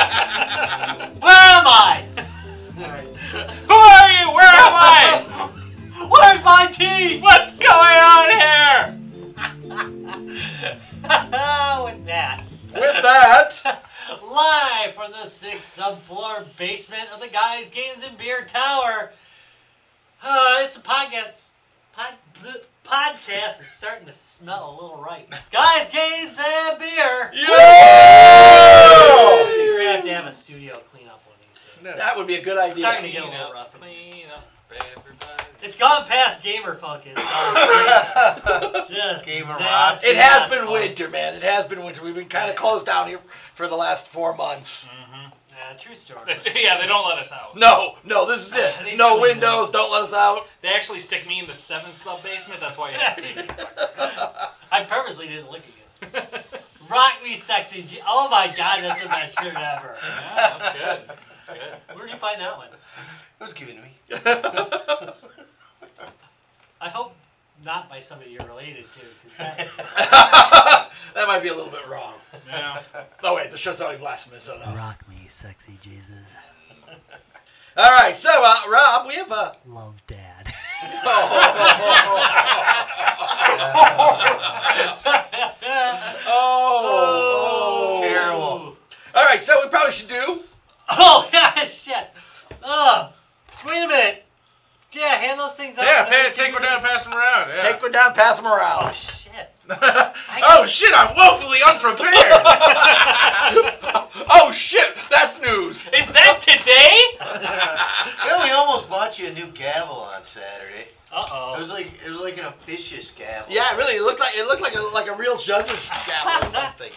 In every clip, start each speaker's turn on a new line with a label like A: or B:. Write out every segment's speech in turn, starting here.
A: Where am I? Who are you? Where am I? Where's my team? What's going on here? With that,
B: With that,
A: live from the sixth subfloor basement of the Guys, Games, and Beer Tower, uh, it's a podcast. Pod, bleh, podcast is starting to smell a little right. Guys, Games, and Beer.
B: yeah!
A: We're gonna have to have a studio cleanup one of these days.
B: That would be a good
A: Starting to
B: idea.
A: get a little rough.
C: Clean up, everybody.
A: It's gone past gamer funk. It's gone straight- just
D: Gamer
A: past
D: rock.
B: It has been
A: funk.
B: winter, man. It has been winter. We've been kind of closed down here for the last four months.
A: Yeah, true story.
C: That's- yeah, they don't let us out.
B: No, no, this is it. No windows. Don't let us out.
C: They actually stick me in the seventh sub basement. That's why you haven't seen me.
A: I purposely didn't look at you. Rock me, sexy. G- oh my god, that's the best shirt ever.
C: Yeah, Ah, that's good. That's good.
A: Where'd you find that one?
D: It was given to me.
A: I hope not by somebody you're related to, because that
B: that might be a little bit wrong.
C: Yeah.
B: Oh wait, the shirt's already blasphemous enough.
A: Rock me, sexy Jesus.
B: All right, so uh, Rob, we have a.
A: Love dad.
B: Oh, oh,
D: Terrible.
B: All right, so we probably should do.
A: Oh yeah, shit. Oh, wait a minute. Yeah, hand those things out.
E: Yeah, pay, take one down, pass them around. Yeah.
B: Take one down, pass them around.
A: Shit.
E: oh shit! I'm woefully unprepared.
B: Oh shit, that's news.
C: Is that today?
D: Well, we almost bought you a new gavel on Saturday.
A: Uh
D: It
A: oh.
D: was like it was like an officious gavel.
B: Yeah, it really, it looked like it looked like a like a real judge's gavel or something.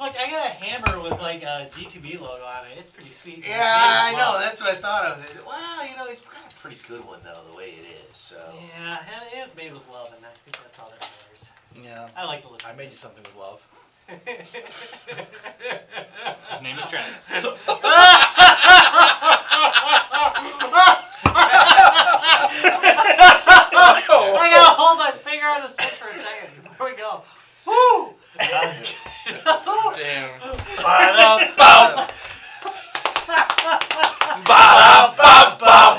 A: Look, I got a hammer with like a G2B logo on it. It's pretty sweet.
D: Yeah,
A: Yeah,
D: I
A: wow.
D: know. That's what I thought of. Wow, you know, he's got a pretty good one though, the way it is. So.
A: Yeah, and it is made with love, and I think that's all that matters.
B: Yeah,
A: I like to look.
B: I made you something with love.
C: His name is Travis.
B: Oh,
A: I gotta hold my finger on the switch for a second before we go. Woo! That's good.
E: Damn.
B: Bum. Ba-dum, bum, bum.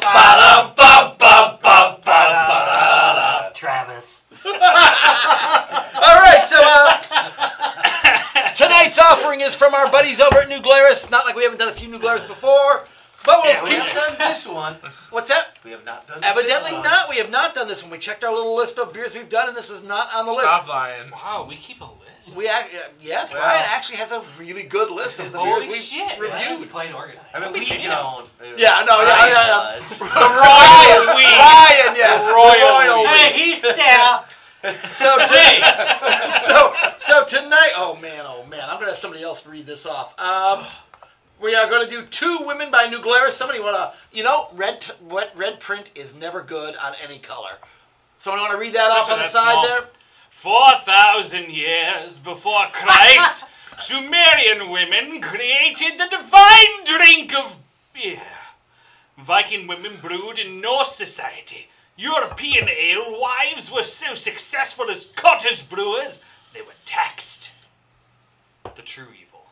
B: Ba-dum, bum, bum, bum, ba-dum, ba-da-da.
A: Travis.
B: All right, so uh, tonight's offering is from our buddies over at New Glarus. Not like we haven't done a few New Glarus before, but we'll
C: Yeah,
D: We
B: keep.
D: have done this one.
B: What's that?
D: We have not done.
B: Evidently
D: this one.
B: not. We have not done this one. We checked our little list of beers we've done, and this was not on the
E: Stop lying.
C: Wow, we keep a list.
B: list. We ac- uh, yes,
D: Well.
B: Ryan actually has a really good list of the
C: Holy
B: beers we've
C: shit!
A: Ryan's
B: reviewed.
A: quite organized.
D: I mean, we
C: Damn.
D: don't.
B: Yeah, no, yeah,
D: Ryan
B: yeah, yeah.
D: does.
B: Ryan,
C: we.
B: Ryan, yes, the
C: Royal
B: royal.
C: we.
A: Hey, he's staff.
B: we. So today, so so tonight. Oh man, oh man, I'm gonna have somebody else read this off. Um, we are gonna do two women by New Glarus. Somebody wanna, you know, red t- what red print is never good on any color. Someone wanna read that off
C: Listen,
B: on the
C: that's
B: side
C: small.
B: there?
C: Four thousand years before Christ, Sumerian women created the divine drink of beer. Viking women brewed in Norse society. European ale wives were so successful as cottage brewers, they were taxed. The true evil.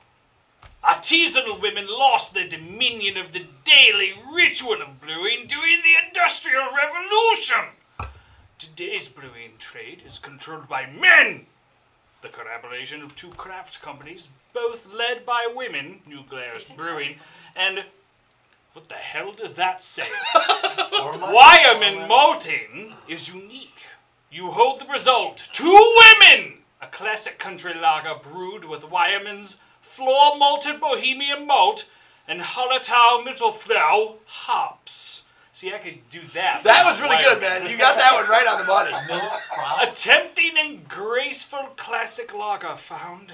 C: Artisanal women lost their dominion of the daily ritual of brewing during the Industrial Revolution. Today's brewing trade is controlled by men. The collaboration of two craft companies, both led by women, New Glarus Brewing, and what the hell does that say?
D: Or my-
C: Wyoming malting is unique. You hold the result. Two women! A classic country lager brewed with Wyoming's floor malted bohemian malt and Hallertau Mittelfrau hops. See, I could do that.
B: That was really good, man. You got that one right on the money.
A: No problem.
C: A tempting and graceful classic lager found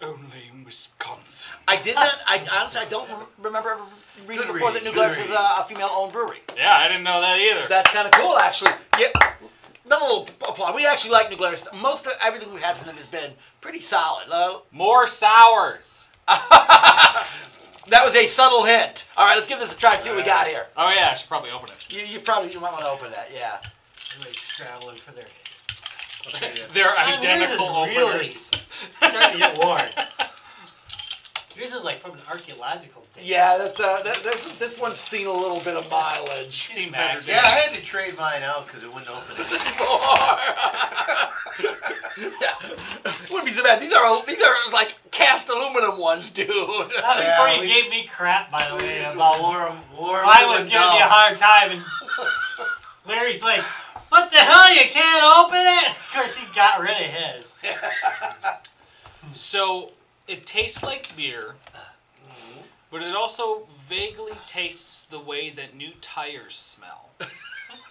C: only in Wisconsin.
B: I did not. I honestly, I don't rem- remember ever reading
D: Good
B: before that New
D: reading, good
B: Glarus was uh, a female-owned brewery.
C: Yeah, I didn't know that either.
B: That's kind of cool, actually. Yeah. Another little applause. We actually like New Glarus. Most of everything we've had from them has been pretty solid. Uh,
C: More sours.
B: that was a subtle hint. All right, let's give this a try and see what we got here.
C: Oh yeah, I should probably open it.
B: You, you probably you might want to open that. Yeah.
A: Everybody's scrambling for their.
C: They're
A: I mean, yours is
C: identical
A: really
C: openers.
A: Sounds starting to get warm. Yours is like from an archaeological thing.
B: Yeah, that's uh, that, that's, this one's seen a little bit of mileage.
C: Seen better
D: Yeah, I had to trade mine out because it wouldn't open. It.
B: yeah, wouldn't be so bad. These are these are like cast aluminum ones, dude.
A: Not before
D: Yeah,
A: you
D: we-
A: gave me crap, by the
D: We
A: way,
D: just
A: about
D: wore 'em- wore 'em
A: I
D: to
A: was
D: a
A: giving you
D: doll.
A: a hard time, and Larry's like, "What the hell? You can't open it." Of course, he got rid of his.
C: So it tastes like beer, but it also vaguely tastes the way that new tires smell.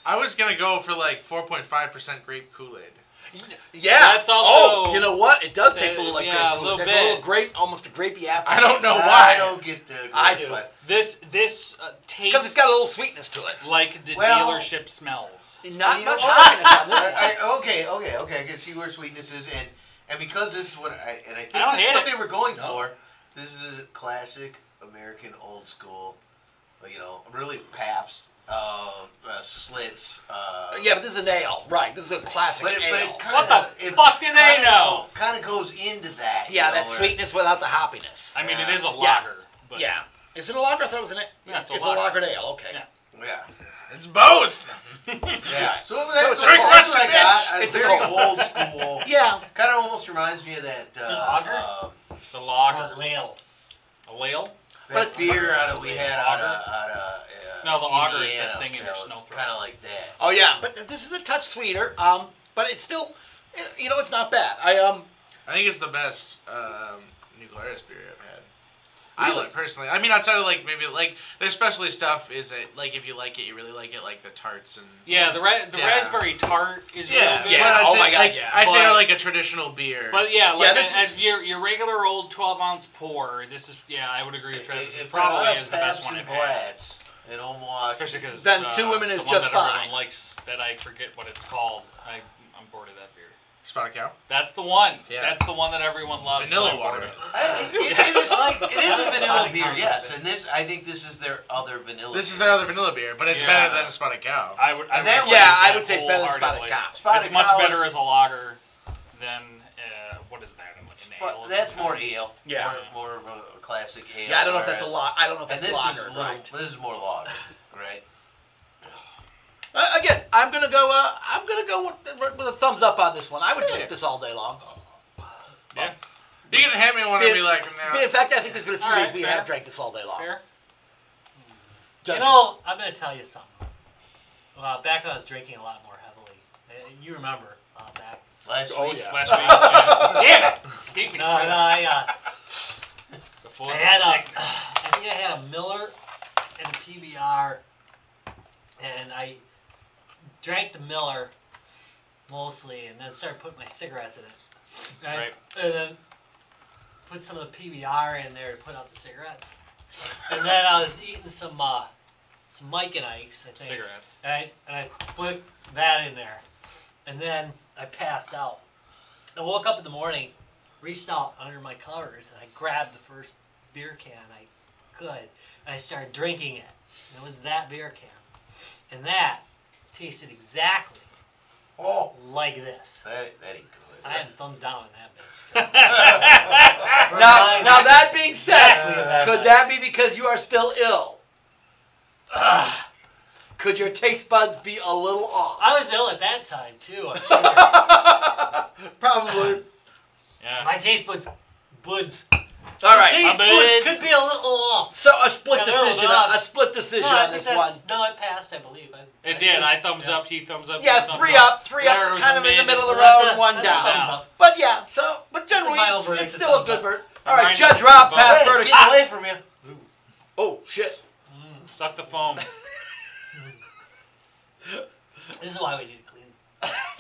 E: I was gonna go for like 4.5% grape Kool-Aid.
B: Yeah.
C: That's also-
B: Oh, you know what? It does taste a little like grape.
C: Yeah, a little
B: That's
C: bit.
B: a little grape, almost a grapey apple.
E: I don't know
D: I
E: why.
D: don't get the.
B: I
D: grape,
B: do.
D: But
C: This this uh, tastes
B: because it's got a little sweetness to it.
C: like the
D: Well-
C: dealership smells.
B: Not
D: You know
B: much
D: what?
B: happiness on this one.
D: I, I, okay, okay, okay. I can see where sweetness is, and and because this is what I and I think
C: don't
D: this
C: hate
D: is what
C: it.
D: they were going
B: No.
D: for. This is a classic American old school, like, you know, really Pabst, um, uh, Slits. Uh,
B: Yeah, but this is an ale, right? This is a classic
D: but it, but
B: ale.
D: it kinda,
C: What the
D: it
C: fuck do they
D: kinda
C: know?
D: go- Kind of goes into that.
B: yeah,
D: you know,
B: that
D: where-
B: sweetness without the hoppiness.
C: I mean, it
D: Yeah.
C: is a
D: Yeah.
C: lager. But
B: yeah. Is it a lager? I thought it was an. e-,
C: Yeah, it's a
B: lagered
C: lager.
B: ale. Okay.
C: Yeah.
D: Yeah,
E: It's both.
D: yeah. So that's,
E: drink
D: what, that's
E: less,
D: what I
E: bitch.
D: got.
B: It's
D: It's
B: a
D: very
B: cold.
D: old school.
B: Yeah.
D: Kind of almost reminds me of that. Uh,
A: It's an lager?
D: um,
C: it's a lager.
A: Or ale.
C: A whale?
D: That
B: But-
D: beer out of, we had out of,
C: Auger?
D: out of uh,
C: No, the auger is that
D: Indiana,
C: thing in your snow throw.
D: Kind of like that.
B: Oh yeah, but this is a touch sweeter. Um, but it's still, eh, you know, it's not bad. I um,
E: I think it's the best um, New Glarus beer I've had. I
B: Really?
E: like personally. I mean, outside of like maybe like their specialty stuff is it like if you like it, you really like it, like the tarts and
C: Yeah, the ra- the
E: Yeah.
C: raspberry tart is
E: yeah,
C: really good.
E: but I'd
B: oh
E: say,
B: my God,
E: like,
B: yeah.
E: I say
C: But-
E: like a traditional beer.
C: But yeah, like
B: Yeah, this
C: a- a-
B: is-
C: your your regular old twelve ounce pour. This is yeah, I would agree with Travis.
D: If
C: It
D: they're
C: probably
D: not
C: is the best
D: Pabst
C: one I've
D: and
C: had.
D: Blatz In Omaha.
C: Especially because
B: Then Two Women is
C: the one
B: just
C: that
B: fine.
C: Everyone likes that I forget what it's called. I I'm bored of that beer.
E: spot cow.
C: That's the one.
E: Yeah.
C: That's the one that everyone loves. but
E: Vanilla
C: I'm bored
E: water.
C: of it.
D: I- it- it
C: Yes.
D: is-
A: like,
D: It is a vanilla beer, yes. And this, I think this is their other vanilla.
E: This is
D: beer.
E: their other vanilla beer, but it's
C: Yeah.
E: better than a spotted cow.
C: I would. I
D: And that
C: would
D: one-
B: yeah,
C: drink
B: I
C: that
B: would say it's better than Spotted
C: wholeheartedly.
B: Cow.
D: Spotted
C: it's much
D: Cow is-
C: better as a lager than uh, what is that? An ale?
D: But that's more ale.
B: Yeah.
D: More, more of a classic ale.
B: yeah, I don't know if that's a
D: whereas-
B: lot. I don't know if
D: And
B: that's
D: this is
B: lager,
D: little,
B: right?
D: This is more lager, right?
B: Uh, again, I'm gonna go. Uh, I'm gonna go with, with a thumbs up on this one. I would drink this all day long.
C: Yeah.
E: You can hand me one
B: Beer-
E: and be like, no.
B: In fact, I think there's been a few
A: All
B: days
A: right,
B: we
A: fair.
B: have drank this all day long.
C: Fair.
A: You
B: Just-
A: know, I'm gonna tell you something. Uh, back when I was drinking a lot more heavily, uh, you remember uh, back.
D: Last
B: oh
D: week.
B: yeah.
C: Last week. Yeah. Damn it. Keep me
A: No, no,
C: to it.
A: I, uh,
C: Before
A: I
C: the
A: had a,
C: sickness.
A: I think I had a Miller and a PBR, and I drank the Miller mostly, and then started putting my cigarettes in it, and,
C: Right.
A: and then put some of the PBR in there to put out the cigarettes, and then I was eating some uh, some Mike and Ike's, I think,
C: cigarettes.
A: and I, and I put that in there, and then I passed out. I woke up in the morning, reached out under my covers, and I grabbed the first beer can I could, and I started drinking it. And it was that beer can, and that tasted exactly
B: Oh.
A: like this.
D: That, that ain't good.
A: I had thumbs down on that bitch.
B: Now, now that being said,
A: Exactly that
B: could
A: much.
B: that be because you are still ill? Ugh. Could your taste buds be a little off?
A: I was ill at that time too. I'm sure.
B: Probably.
C: Yeah.
A: my taste buds, buds,
B: All right.
A: taste
C: my
A: buds
C: buds.
A: could be a little off.
B: So a split
A: Yeah, no,
B: decision,
A: no.
B: a split decision
A: I
B: on
A: think
B: this one.
A: that's- No, it passed, I believe. I,
C: It did. I
A: guess-
C: thumbs
A: yeah.
C: up. He thumbs up.
B: Yeah,
C: you thumbs
B: three up, three
C: There
B: up,
C: was
B: kind
C: a
B: of in the
C: man
B: middle of the
A: that's
B: road,
A: a-
B: one
A: that's a
B: down.
A: thumbs up.
B: But yeah, so but generally
A: mild
B: it's,
A: verdict,
B: it's
A: a
B: still a
A: thumbs
B: good
A: up.
B: verdict. All right,
C: Mine
B: judge
C: is
B: Rob,
C: a
B: pass
D: Hey,
B: verdict.
D: it's
B: Ah,
D: getting away from you.
B: oh shit!
C: Suck the foam.
A: This is why we need to clean.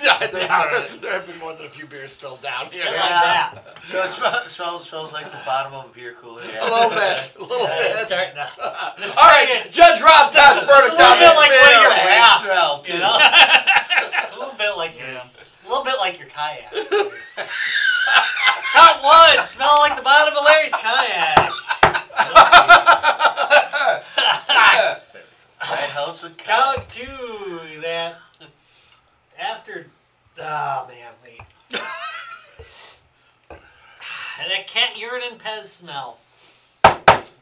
B: Yeah, there,
E: all
B: there,
E: right.
B: there have been more than a few beers spilled down here.
A: Shit
D: Yeah.
A: like that.
D: So it smells, smells, smells like the bottom of a beer cooler.
B: A little bit, a little
A: Yeah, it's
B: bit.
A: starting to. It's
B: All right, judge Rob, pass
A: A
B: verdict
A: little
B: on
A: bit
B: this
A: like one of your
B: beer.
D: Yeah,
A: rafts,
D: smell,
A: you
D: too.
A: know? a little bit like your,
C: Yeah.
A: a little bit like your kayak. Cut one. Smell like the bottom of Larry's kayak.
D: My house would count.
A: Count two. That after. Oh man, wait. that cat urine and Pez smell.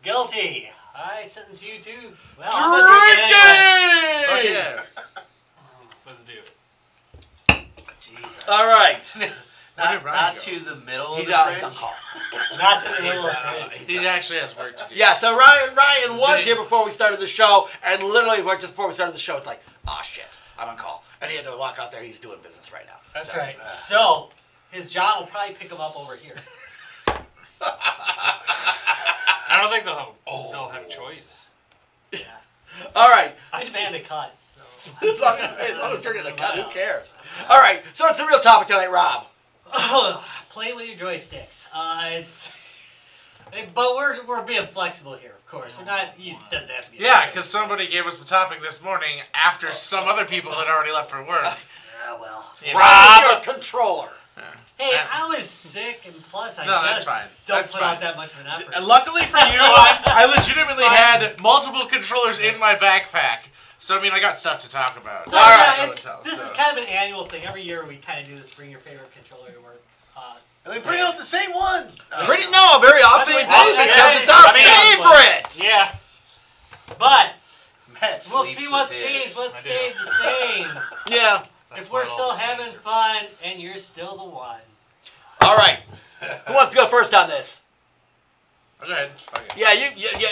A: Guilty. I sentence you to. Well, I'm gonna drink it anyway.
E: Fuck
B: Drinking!
E: Oh, yeah.
C: Let's do it.
A: Jesus.
B: All right.
D: Not,
E: Ryan
D: not
E: go?
D: to the middle of
B: He's
D: the
B: out. He's on
D: fridge.
B: call.
A: Not to the middle of the fridge.
E: He actually has work to do.
B: Yeah, so Ryan Ryan was
E: been-
B: here before we started the show, and literally right just before we started the show, it's like, oh shit, I'm on call, and he had to walk out there. He's doing business right now.
A: That's
B: So,
A: right. So, his John will probably pick him up over here.
C: I don't think they'll have, they'll have a choice.
B: All right.
A: I demand a cut, so.
B: as long as, as long as you're gonna cut, who cares? All right. So it's a real topic tonight, Rob.
A: Play with your joysticks. Uh, it's. But we're, we're being flexible here, of course. We're not. It doesn't have to be.
E: Yeah, because somebody gave us the topic this morning after some other people had already left for work.
A: Ah, well.
E: You know?
B: Rob, you're a controller.
A: Hey, I was sick, and plus I
E: No, that's
A: just
E: fine.
A: don't
E: That's
A: put
E: fine.
A: out that much of an effort.
E: And luckily for you, I legitimately had multiple controllers in my backpack. So I mean, I got stuff to talk about.
A: So,
B: All
A: yeah,
B: right,
E: So
A: it's-
E: tell,
A: this
E: so.
A: is kind of an annual thing. Every year we kind of do this. Bring your favorite controller to work. Uh,
D: And we bring out the same ones. Uh,
B: Pretty no, very often
A: mean,
B: we do
A: I-
B: because
A: I-
B: it's our
A: I mean, I-
B: favorite.
C: Yeah.
A: but
D: Matt
A: we'll
D: sleeps
A: see
D: with
A: what's
D: his.
A: changed. What's
C: I do.
A: stayed the same.
B: yeah.
A: if we're still having fun and you're still the one.
B: All right.
A: Jesus.
B: Who wants to go first on this?
E: Oh, Go ahead. Fuck it.
B: Yeah, you, you, you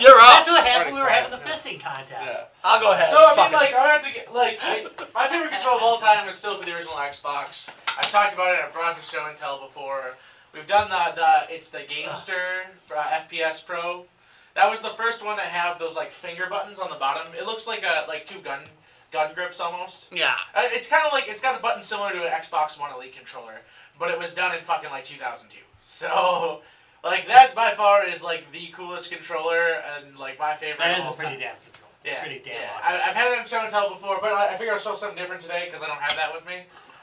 B: you're up.
A: That's what happened. when We were
E: Oh, quiet
A: having the fisting contest.
E: Yeah.
B: I'll go ahead.
E: So I
B: Fuck
E: mean,
B: it.
E: like, I have to get like I- my favorite control of all time is still for the original Xbox. I've talked about it at Bronze Show and Tell before. We've done the, the it's the Gamester uh, FPS Pro. That was the first one that have those like finger buttons on the bottom. It looks like a like two gun gun grips almost.
B: yeah.
E: Uh, it's kind of like it's got a button similar to an Xbox One Elite controller, but it was done in fucking like 2002. So. Like that by far is like the coolest controller and like my favorite.
A: That is
E: of
A: a
E: all time.
A: pretty damn control.
E: Yeah,
A: Pretty damn
E: yeah.
A: awesome.
E: I, I've had it on show and tell before, but I, I figure I'll show something different today because I don't have that with me.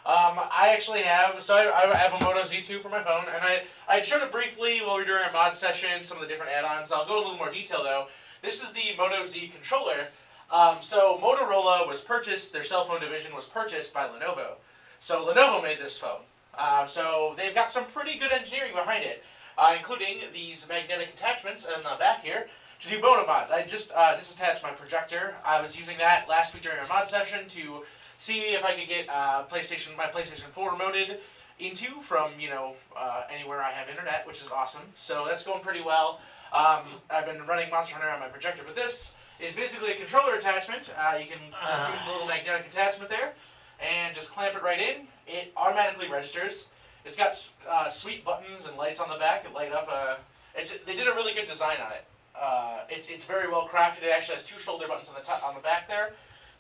E: Um, I actually have, so I, I have a Moto Z2 for my phone, and I, I showed it briefly while we were doing our mod session, some of the different add-ons. I'll go in a little more detail though. This is the Moto Z controller. Um, so Motorola was purchased, their cell phone division was purchased by Lenovo. So Lenovo made this phone. Um, so they've got some pretty good engineering behind it, uh, including these magnetic attachments in the back here to do Bona mods. I just uh, disattached my projector. I was using that last week during our mod session to see if I could get uh, PlayStation my PlayStation 4 remoted into from you know uh, anywhere I have internet, which is awesome. So that's going pretty well. Um, I've been running Monster Hunter on my projector, but this is basically a controller attachment. Uh, you can just use a little magnetic attachment there and just clamp it right in. It automatically registers. It's got s- uh, sweet buttons and lights on the back that light up. Uh, it's they did a really good design on it. Uh, it's it's very well crafted. It actually has two shoulder buttons on the top on the back there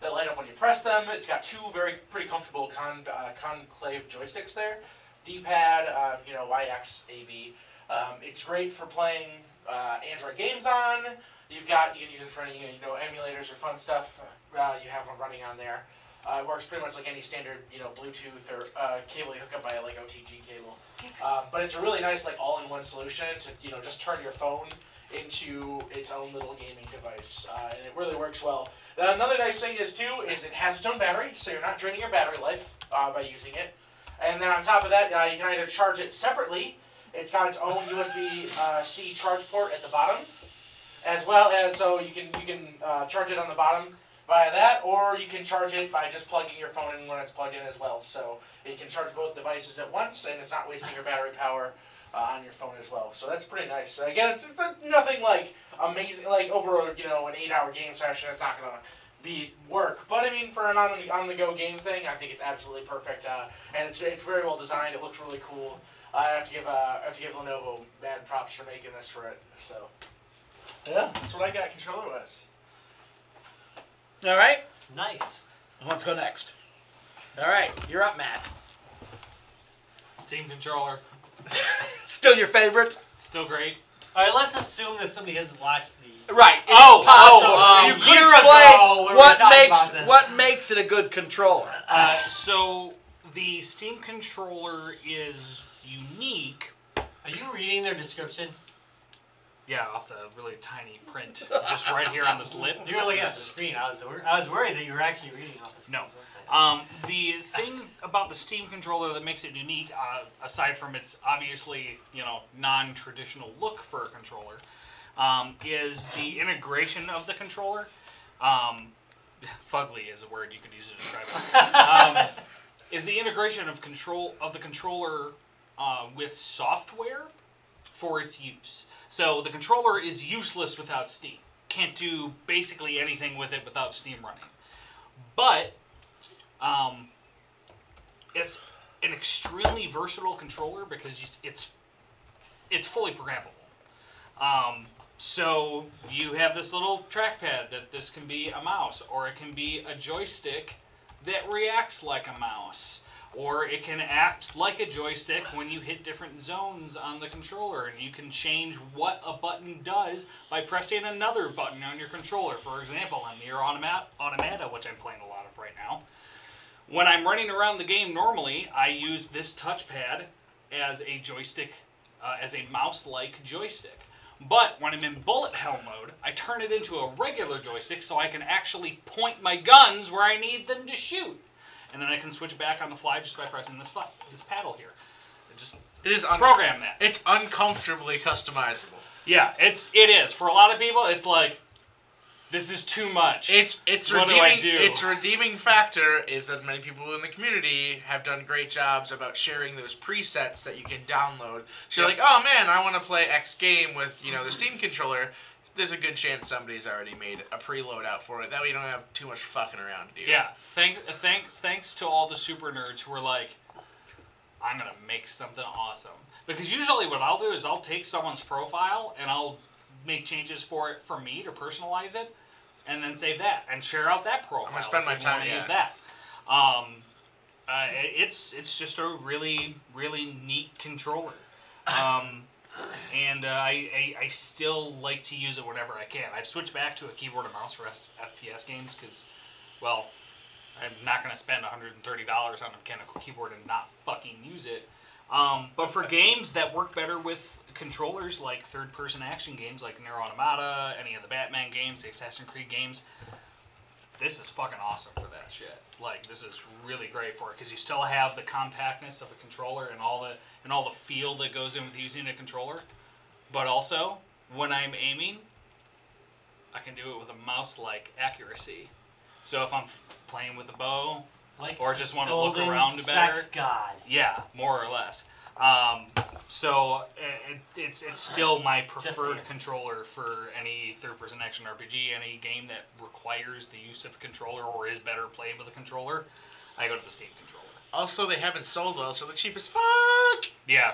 E: that light up when you press them. It's got two very pretty comfortable con, uh, conclave joysticks there, D-pad, um, you know Y X A B. Um, it's great for playing uh, Android games on. You've got you can use it for any you know emulators or fun stuff. Uh, you have one running on there. Uh, it works pretty much like any standard you know Bluetooth or uh, cable you hook up by like OTG cable. Uh, but it's a really nice like all-in-one solution to you know just turn your phone into its own little gaming device, uh, and it really works well. Now, another nice thing is too is it has its own battery, so you're not draining your battery life uh, by using it. And then on top of that, uh, you can either charge it separately. It's got its own USB uh, C charge port at the bottom, as well as so you can you can uh, charge it on the bottom via that, or you can charge it by just plugging your phone in when it's plugged in as well. So it can charge both devices at once, and it's not wasting your battery power uh, on your phone as well. So that's pretty nice. So again, it's, it's uh nothing like amazing, like over a, you know an eight-hour game session. It's not gonna be work, but I mean for an on on the go game thing, I think it's absolutely perfect. Uh, and it's it's very well designed. It looks really cool. I have to give uh, I have to give Lenovo mad props for making this for it. So yeah, that's what I got controller wise.
B: All right.
A: Nice.
B: Who wants to go next? All right, you're up, Matt.
C: Steam controller.
B: Still your favorite?
C: Still great.
A: All right, let's assume that somebody hasn't watched the.
B: Right. it's
C: Oh,
B: possible.
C: oh, um,
B: you could
A: year
B: explain
A: ago we were
B: what
A: talking about
B: makes
A: this.
B: what makes it a good controller.
C: Uh, so the Steam controller is unique.
A: Are you reading their description?
C: Yeah, off the really tiny print, just right here on this lip.
A: You were looking at the screen. I was, I was worried that you were actually reading off the
C: No.
A: website.
C: Um, the thing about the Steam controller that makes it unique, uh, aside from its obviously you know non-traditional look for a controller, um, is the integration of the controller. Um, fugly is a word you could use to describe it. Um, is the integration of control of the controller uh, with software for its use. So the controller is useless without Steam. Can't do basically anything with it without Steam running. But um, it's an extremely versatile controller because you, it's it's fully programmable. Um, so you have this little trackpad that this can be a mouse, or it can be a joystick that reacts like a mouse, or it can act like a joystick when you hit different zones on the controller, and you can change what a button does by pressing another button on your controller. For example, on Nier Automat- Automata, which I'm playing a lot of right now, when I'm running around the game normally, I use this touchpad as a joystick, uh, as a mouse like joystick. But when I'm in bullet hell mode, I turn it into a regular joystick so I can actually point my guns where I need them to shoot. And then I can switch back on the fly just by pressing this, fu- this paddle here. I just
E: It is un-
C: program that.
E: It's uncomfortably customizable.
C: Yeah, it's it is. For a lot of people, it's like this is too much.
E: It's it's
C: What do I
E: redeeming.
C: do?
E: Its redeeming factor is that many people in the community have done great jobs about sharing those presets that you can download. So you're like, oh man, I want to play X game with you know the Steam controller. There's a good chance somebody's already made a preload out for it. That way you don't have too much fucking around, dude.
C: Yeah, thanks, thanks, thanks to all the super nerds who were like, "I'm gonna make something awesome." Because usually, what I'll do is I'll take someone's profile and I'll make changes for it for me to personalize it, and then save that and share out that profile.
E: gonna spend
C: if
E: my
C: people wanna
E: time- yeah.
C: Use that. Um, uh, i- it's it's just a really really neat controller. Um, and uh, I, I, I still like to use it whenever I can. I've switched back to a keyboard and mouse for S- FPS games because, well, I'm not going to spend $130 on a mechanical keyboard and not fucking use it. Um, but for games that work better with controllers, like third person action games like Nier Automata, any of the Batman games, the Assassin's Creed games, this is fucking awesome for that shit. Like this is really great for it because you still have the compactness of a controller and all the and all the feel that goes in with using a controller. But also, when I'm aiming, I can do it with a mouse-like accuracy. So if I'm f- playing with a bow,
A: Like
C: or just wanna look
A: golden
C: around better.
A: Sex god.
C: yeah, more or less. Um, so it, it's it's still my preferred
A: saying.
C: controller for any third-person action RPG, any game that requires the use of a controller or is better played with a controller. I go to the Steam controller.
E: Also, they haven't sold well, so they're cheap as fuck.
C: Yeah,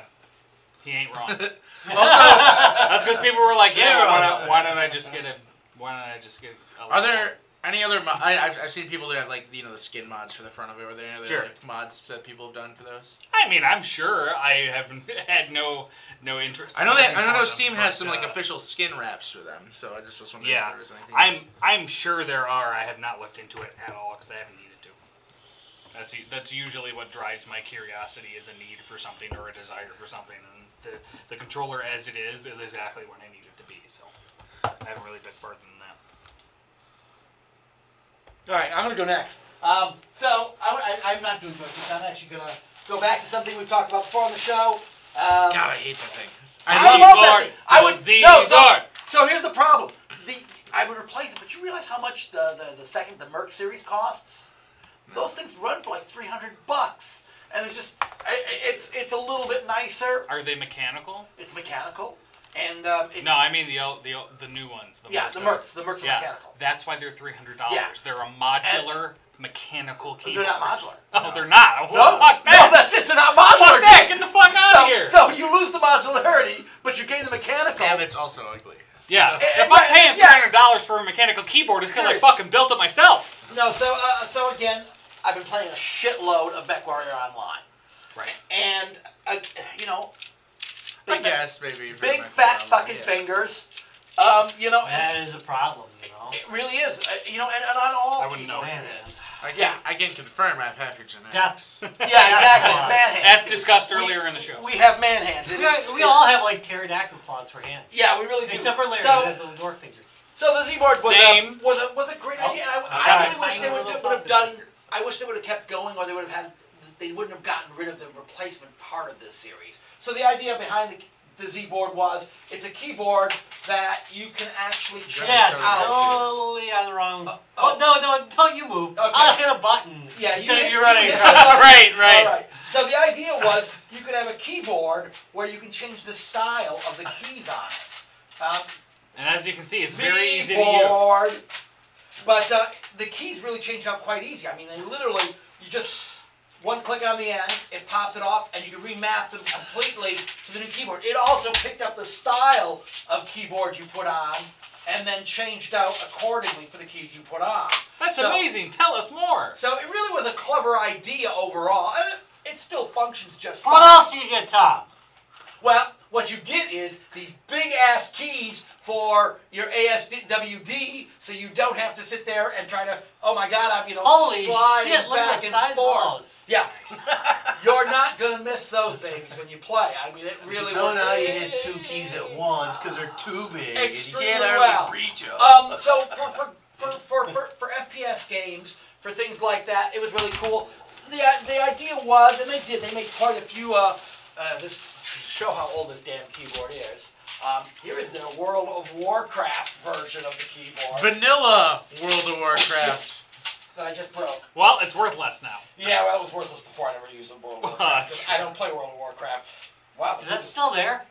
C: he ain't wrong.
E: Also,
C: That's because people were like,
A: They're
C: yeah, why
A: wrong.
C: don't, why don't I just get a why don't I just get a
E: are there any other? Mo- I, I've, I've seen people that have like you know the skin mods for the front of it. Are there any other
C: Sure.
E: like, mods that people have done for those?
C: I mean, I'm sure I haven't had no no interest.
E: I know that
C: in
E: I know
C: looking for
E: Steam
C: them,
E: has
C: but,
E: some like
C: uh,
E: official skin wraps for them, so I just was wondering
C: Yeah.
E: if there was anything.
C: I'm
E: else.
C: I'm sure there are. I have not looked into it at all because I haven't needed to. That's u- that's usually what drives my curiosity is a need for something or a desire for something, and the the controller as it is is exactly what I need it to be. So I haven't really been further than that.
B: All right, I'm gonna go next. Um, so I, I, I'm not doing joysticks. I'm actually gonna go back to something we've talked about before on the show. Um,
E: God, I hate that thing.
B: I
C: Z
B: love that
C: bar.
B: thing. I
C: So
B: would
C: Z
B: no. So,
C: bar.
B: so here's the problem. The I would replace it, but you realize how much the the, the second the Merc series costs? Those things run for like 300 bucks, and it's just i- i- it's it's a little bit nicer.
C: Are they mechanical?
B: It's mechanical, and um, it's
C: No, I mean the el- the el- the new ones. The
B: yeah
C: Mercs
B: the
C: are-
B: Mercs the Mercs are
C: Yeah,
B: mechanical.
C: that's why they're three hundred dollars.
B: Yeah.
C: They're a modular mechanical
B: They're
C: keyboard.
B: not modular.
C: Oh, they're not.
B: No,
C: Well, fuck
B: no,
C: that.
B: that's it. They're not modular.
C: fuck that.
B: dude.
C: Get the fuck out
B: so,
C: of here.
B: so you lose the modularity, but you gain the mechanical.
E: And it's also ugly.
C: yeah,
B: and-
C: if
B: and
C: I'm
B: right-
C: paying three
B: Eh, yeah.
C: hundred dollars for a mechanical keyboard, it's because I
B: Serious.
C: fucking built it myself.
B: No, so uh, so again, I've been playing a shitload of MechWarrior Online,
C: Right.
B: and uh, you know,
E: Big
B: big, fat,
E: ass, maybe. for
B: big
E: my
B: fat
E: phone,
B: fucking
E: yeah.
B: fingers. Um, you know,
A: That
B: and
A: is a problem, you know.
B: it really is. Uh, you know, and, and on all
C: I wouldn't know.
B: keyboards
A: Man,
B: it is.
E: I can,
B: Yeah.
E: I can confirm I've had your genetics.
A: Deaths.
B: Yeah, exactly. Man hands.
C: As discussed earlier in the show.
B: We have man hands. It
A: We,
B: is-
A: we all have like pterodactyl claws for hands.
B: Yeah, we really do.
A: Except for Larry,
B: So-
A: who has little dwarf fingers.
B: So the Z board was a,
C: Same.
B: was a was a great idea, and
A: Oh,
B: I, I
C: okay.
B: really wish they
A: Tiny
B: would,
A: little
B: would have
A: sausage
B: done.
A: fingers.
B: I wish they would have kept going, or they would have had. They wouldn't have gotten rid of the replacement part of this series. So the idea behind the, the Z board was it's a keyboard that you can actually change
A: Yeah,
B: out.
A: totally on the wrong.
B: Uh,
A: oh no, no, don't you move.
B: Okay.
A: I'll hit a button.
B: Yeah,
A: instead
B: you
A: of
B: hit-
A: you running
B: you hit
A: across.
B: the button.
C: Right, right.
B: All right. So the idea was you could have a keyboard where you can change the style of the keys on it. Um,
C: And as you can see, it's very easy to use.
B: board. But uh, the keys really changed out quite easy. I mean, they literally, you just one click on the end, it popped it off, and you could remap them completely to the new keyboard. It also picked up the style of keyboard you put on, and then changed out accordingly for the keys you put on.
C: That's
B: So-
C: amazing. Tell us more.
B: So it really was a clever idea overall, and it, it still functions just fine.
A: What else do you get, Tom?
B: Well, what you get is these big ass keys for your ASWD, so you don't have to sit there and try to. Oh my God, I'm you know
A: Holy
B: slide
A: shit! Look
B: back
A: at the
B: and
A: size of
B: forth.
A: those.
B: Yeah, you're not gonna miss those babies when you play. I mean, it really.
D: No,
B: works.
D: no, you hit two keys at once because they're too big and you
B: Extremely
D: can't hardly
B: well.
D: reach 'em.
B: Um, so for for, for, for, for for FPS games, for things like that, it was really cool. The, the idea was, and they did, they made quite a few, uh, uh, this show how old this damn keyboard is. Um, here is their World of Warcraft version of the keyboard
E: Vanilla World of Warcraft.
B: that I just broke.
C: Well, it's worth less now.
B: Yeah, well, it was worthless before I never used the World of Warcraft. I don't play World of Warcraft. Wow, the
A: Is
B: glue-
A: that still there?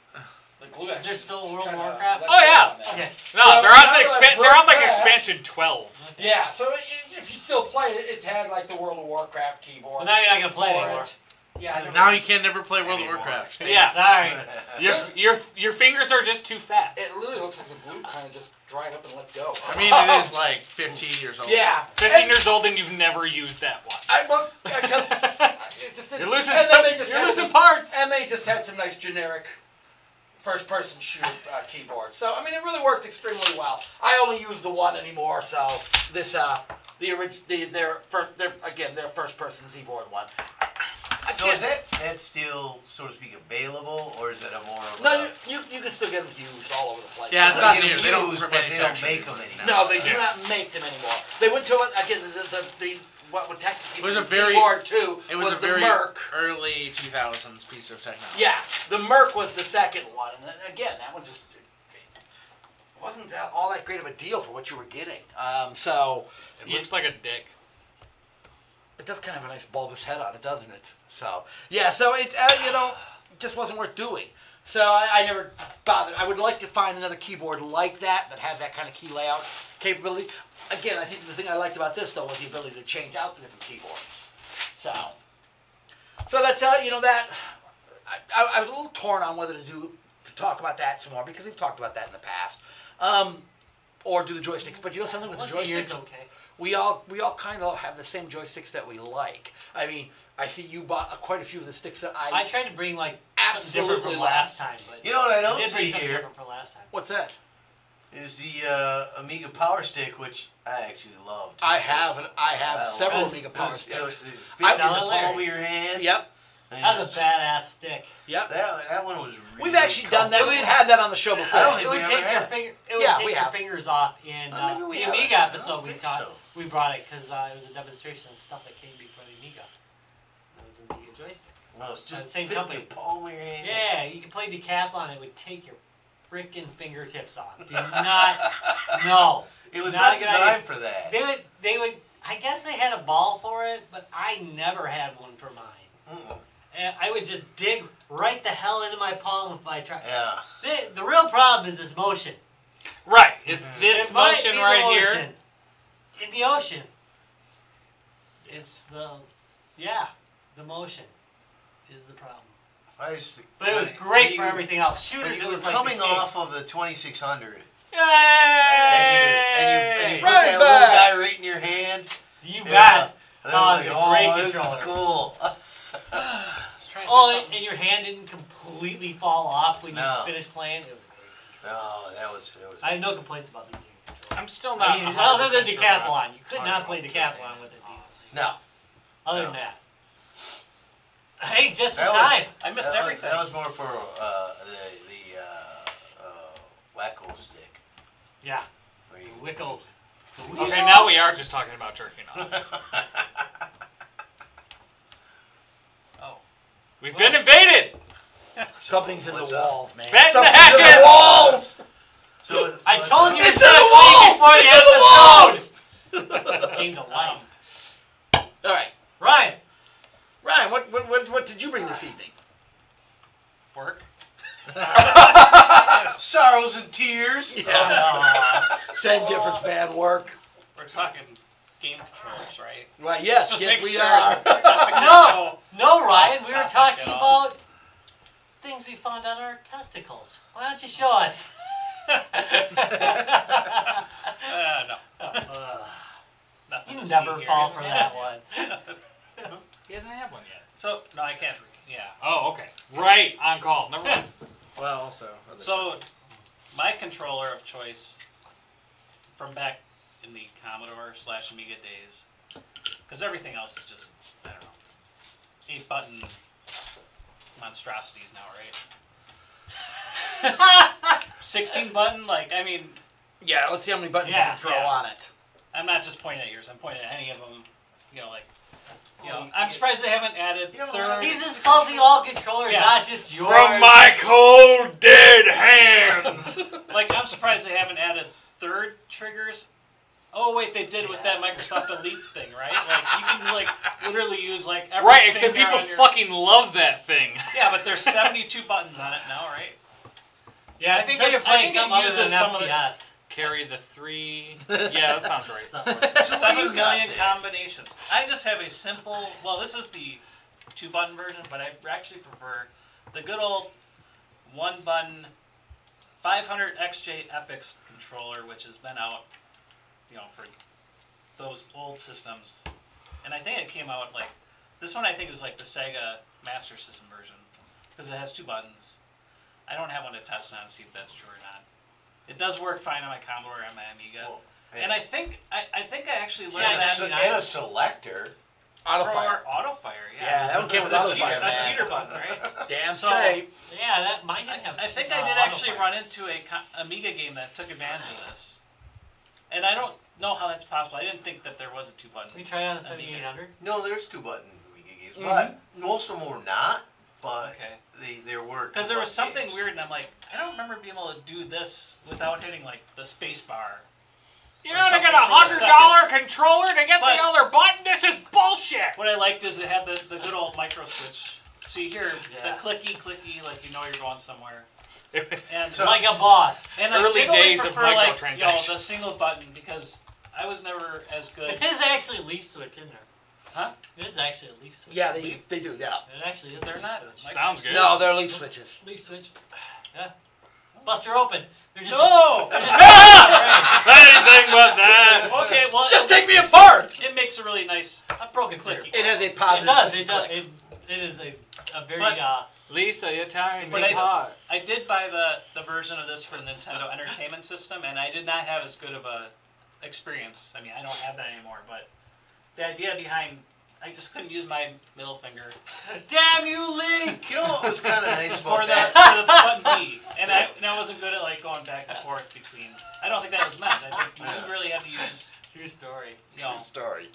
B: the glue
A: is there still World of
B: kinda-
A: Warcraft?
B: that
C: Oh, yeah.
B: glue on there.
A: Okay.
C: No,
B: So,
C: they're
B: now
C: on the
B: that
C: expan-
B: I've
C: They're on like
B: broke that-
C: expansion twelve.
B: Yeah, so i- i- if you still play it, it's had like the World of Warcraft
A: Well,
B: keyboard.
A: now you're not gonna play
B: for
A: anymore.
B: it. Yeah, I never-
E: Now you can never play World of
C: Anymore.
E: Warcraft.
C: Yeah.
A: Sorry.
C: Your your your fingers are just too fat.
B: it literally looks like the glue kind of just dried up and let go.
E: I mean, it is like 15 years old.
B: Yeah.
C: Fifteen
B: And
C: years old and you've never used that one.
B: I, well, I guess I- it just didn't.
C: You're losing
B: and then they just
C: you're
B: had
C: losing
B: some,
C: parts.
B: and they just had some nice generic first-person shooter uh, keyboard. So I mean, it really worked extremely well. I only use the one anymore, so this uh the orig- the their first their again their first-person Z board one. I
D: So is
B: can't-
D: it that's still, so to speak, available, or is it a more of
B: No,
D: a-
B: you, you, you can still get them used all over the place.
E: Yeah, it's
D: They
E: not
D: get
E: new. They don't
D: used, but they don't
E: remanufacture
D: make
E: them.
D: them anymore.
B: No, they do
C: Yeah.
B: not make them anymore. They went to uh, again the the, the what would technically
E: It was
B: be
E: a very-
B: War Two.
E: It was, a
B: the
E: very er
B: Merc.
E: early 2000s piece of technology.
B: Yeah, the Merc was the second one, and then, again that one just it wasn't that, all that great of a deal for what you were getting. Um, so
C: It looks like a dick.
B: it does kind of have a nice bulbous head on it, doesn't it? So yeah, so it uh, you know just wasn't worth doing. So I, I never bothered. I would like to find another keyboard like that that has that kind of key layout capability. Again, I think the thing I liked about this though was the ability to change out the different keyboards. So so that's how you know that. I, I, I was a little torn on whether to do to talk about that some more because we've talked about that in the past, um, or do the joysticks. But you know something with
A: Once
B: the
A: a year's
B: joysticks
A: okay.
B: we all we all kind of have the same joysticks that we like. I mean, I see you bought uh, quite a few of the sticks that I.
A: I tried to bring like something different
B: Absolutely
A: from last time, but
D: You know what I
A: I
D: don't
A: did
D: see
A: bring something
D: here
A: different from last time.
B: what's that?
D: is the uh, Amiga Power Stick, which I actually loved.
B: I have an, I have
D: Uh,
B: several
D: it's-
B: Amiga Power
D: it's- it was-
B: sticks.
D: it fits
B: I-
D: in the palm
A: Solid
D: of your hand.
B: Yep,
D: and
A: That was a badass stick.
B: yep.
D: That, that one was really
B: We've actually done that.
A: We-
B: We've had that on the show before.
D: I don't think
A: it
D: we
A: would
D: ever
A: take your
D: have.
A: finger. It would
B: Yeah,
A: take
B: we
A: your
B: have.
A: fingers off in
D: Uh,
A: uh,
D: maybe we
A: the
D: have it.
A: Amiga
D: I don't
A: episode. We
D: think
A: taught.
D: so.
A: We brought it because uh, it was a demonstration of stuff that came before the Amiga. That was an Amiga joystick.
D: Well, it's
A: By the
D: just
A: same
D: fit in
A: company.
D: the palm of your hand.
A: Yeah, you could play Decathlon. It would take your freaking fingertips off. Do not. no.
D: It was
A: Not
D: not
A: a good idea.
D: designed for that.
A: They would. They would. I guess they had a ball for it, but I never had one for mine.
D: Mm-mm.
A: And I would just dig right the hell into my palm if I tried.
D: Yeah.
A: The, the real problem is this motion.
C: Right. It's this
A: It might
C: motion
A: be the
C: right here.
A: ocean. In the ocean. It's the, yeah, the motion is the problem.
D: I just,
A: But it was
D: when
A: great
D: you-
A: for everything else.
D: when
A: Shooters,
D: you
A: it
D: were
A: was like the
D: coming
A: king.
D: off of the 2600,
C: Yay!
D: and you, and you, and you put
B: Right back.
D: that little guy right in your hand.
A: You
D: Yeah.
A: bet.
D: and
A: Oh,
D: I
A: it's
D: like,
A: a great
D: oh, this
A: controller."
D: is cool.
E: Let's try and do
A: Oh,
E: something.
A: and your hand didn't completely fall off when
D: No.
A: you finished playing. It was great.
D: No, Oh, that was that was.
A: I have no complaints about the game.
C: I'm still not.
A: I mean, other than
E: 100% sure about
A: Decathlon, you could
E: talking
A: not play
E: about
A: Decathlon with it decently.
D: No.
A: Other
D: No.
A: than that. Hey, just in
D: That was-
A: time. I missed
D: that
A: everything.
D: Was, that was more for uh, the the uh, uh, wacko stick.
A: yeah.
D: Where
A: The
D: you-
A: Wickle.
C: Okay, now we are just talking about jerking off.
A: Oh.
C: We've been invaded.
B: Something's in the
D: What's up?
B: walls, man.
C: Batten the
B: Something's in the
C: hatches!
B: walls!
D: So, so
A: I
D: it's-
A: told you
B: It's in
A: so
B: the
A: week before
B: walls! It's in the walls!
A: episode Came to life.
B: All right.
A: Ryan.
B: Ryan, what, what, what, what did you bring this evening?
A: Work.
D: Sorrows and tears. Uh,
B: Same difference, man. Work.
F: We're talking game controls, right?
B: Right, yes,
F: Just
B: yes,
F: make
B: we
F: sure
B: are.
F: it's topic
A: No. No, Ryan. We were
F: Topic
A: talking
F: at all.
A: about things we found on our testicles. Why don't you show us?
F: Uh, no.
A: Uh,
F: Nothing
A: you
F: to see
A: never
F: here.
A: fall
F: He
A: for
F: doesn't
A: that
F: have
A: one.
C: He doesn't have one yet.
F: So, no, I can't. Yeah.
C: Oh, okay. Right on call. Never mind.
E: Well, also.
F: So, my controller of choice from back in the Commodore slash Amiga days, because everything else is just, I don't know, eight button monstrosities now, right? 16 button, like, I mean,
B: Yeah, let's see how many buttons
F: Yeah,
B: you can throw
F: yeah.
B: on it.
F: I'm not just pointing at yours, I'm pointing at any of them, you know, like, you know,
D: Well,
F: I'm
D: you-
F: surprised they haven't added
D: You have a lot of
F: third.
A: He's insulting all controllers,
F: Yeah.
A: not just yours.
C: From my cold dead hands.
F: Like, I'm surprised they haven't added third triggers. Oh wait, they did with that Microsoft Elite thing, right? Like you can like literally use like every
C: right, except
F: finger
C: people
F: on your...
C: fucking love that thing.
F: yeah, but there's 72 buttons on it now, right?
A: Yeah,
F: I
A: I think
F: think
A: until
F: it-
A: you're
F: I
A: playing
F: think it
A: something other than
F: uses some of the-
A: MPS.
C: Carry the three. Yeah, that sounds right.
A: Something like that.
F: Seven
D: you got
F: million
D: there?
F: combinations. I just have a simple. Well, this is the two button version, but I actually prefer the good old one button 500 XJ Epics controller, which has been out, you know, for those old systems. And I think it came out like this one. I think is like the Sega Master System version because it has two buttons. I don't have one to test on to see if that's true or not. It does work fine on my Commodore and my Amiga.
D: Well,
F: And I think I, I think I actually learned
D: and, a,
F: that
D: se- and a selector.
B: Auto
F: from
B: fire.
F: our auto fire. Yeah,
B: Yeah, that one came with
F: The
B: auto
F: cheater,
B: fire,
F: that
B: man.
F: cheater button, right?
B: Damn
F: So-
B: straight.
A: Yeah, that mine didn't have.
F: I, I think
A: uh,
F: I did
A: auto
F: actually
A: fire.
F: run into a co- Amiga game that took advantage of this, and I don't know how that's possible. I didn't think that there was a two button.
A: We tried on a 7800.
D: No, there's two button Amiga games, but most of them were not. But
F: Okay,
D: they there were
F: because there was
D: two-button
F: something
D: games.
F: weird, and I'm like, I don't remember being able to do this without hitting like the space bar.
C: You
F: Or
C: know, to
F: something
C: get a
F: for the
C: hundred dollar controller to get
F: But-
C: the other button. This is bullshit.
F: What I liked is it had the, the good old micro switch. So you hear the
A: Yeah.
F: clicky clicky, like you know you're going somewhere. And
D: So-
A: Like a boss.
F: And
C: Early
F: I did only
C: days of
F: prefer, like, You know, the
C: microtransactions.
F: single button because I was never as good.
A: It is actually a leaf switch, isn't there?
F: Huh?
A: It is actually a leaf switch.
B: Yeah, they, they do, yeah.
A: It actually is. a
F: They're
A: leaf
F: not
A: Switch.
F: like-
C: Sounds good.
B: No, they're leaf switches.
A: Leaf switch. Yeah. Buster open. They're just.
F: no.
A: They're just
C: Anything but that.
F: okay, well,
B: Just
F: it,
B: take me apart!
F: it makes a really nice.
A: I've broken clicky.
B: It has a
A: It
B: positive.
A: does. It does. It, it is a, a very
F: But-
A: uh,
C: Lisa, you're tiring
F: But
C: me
F: I-
C: hard.
F: I did buy the the version of this for the Nintendo Entertainment System, and I did not have as good of a experience. I mean, I don't have that anymore, but the idea behind. I just couldn't use my middle finger
A: damn you, Link.
D: You know what was kind of nice
F: for
D: about
F: the,
D: that?
F: for the button B, and I and I wasn't good at like going back and forth between. I don't think that was meant. I think you really had to use,
A: True story.
F: you know,
B: Story.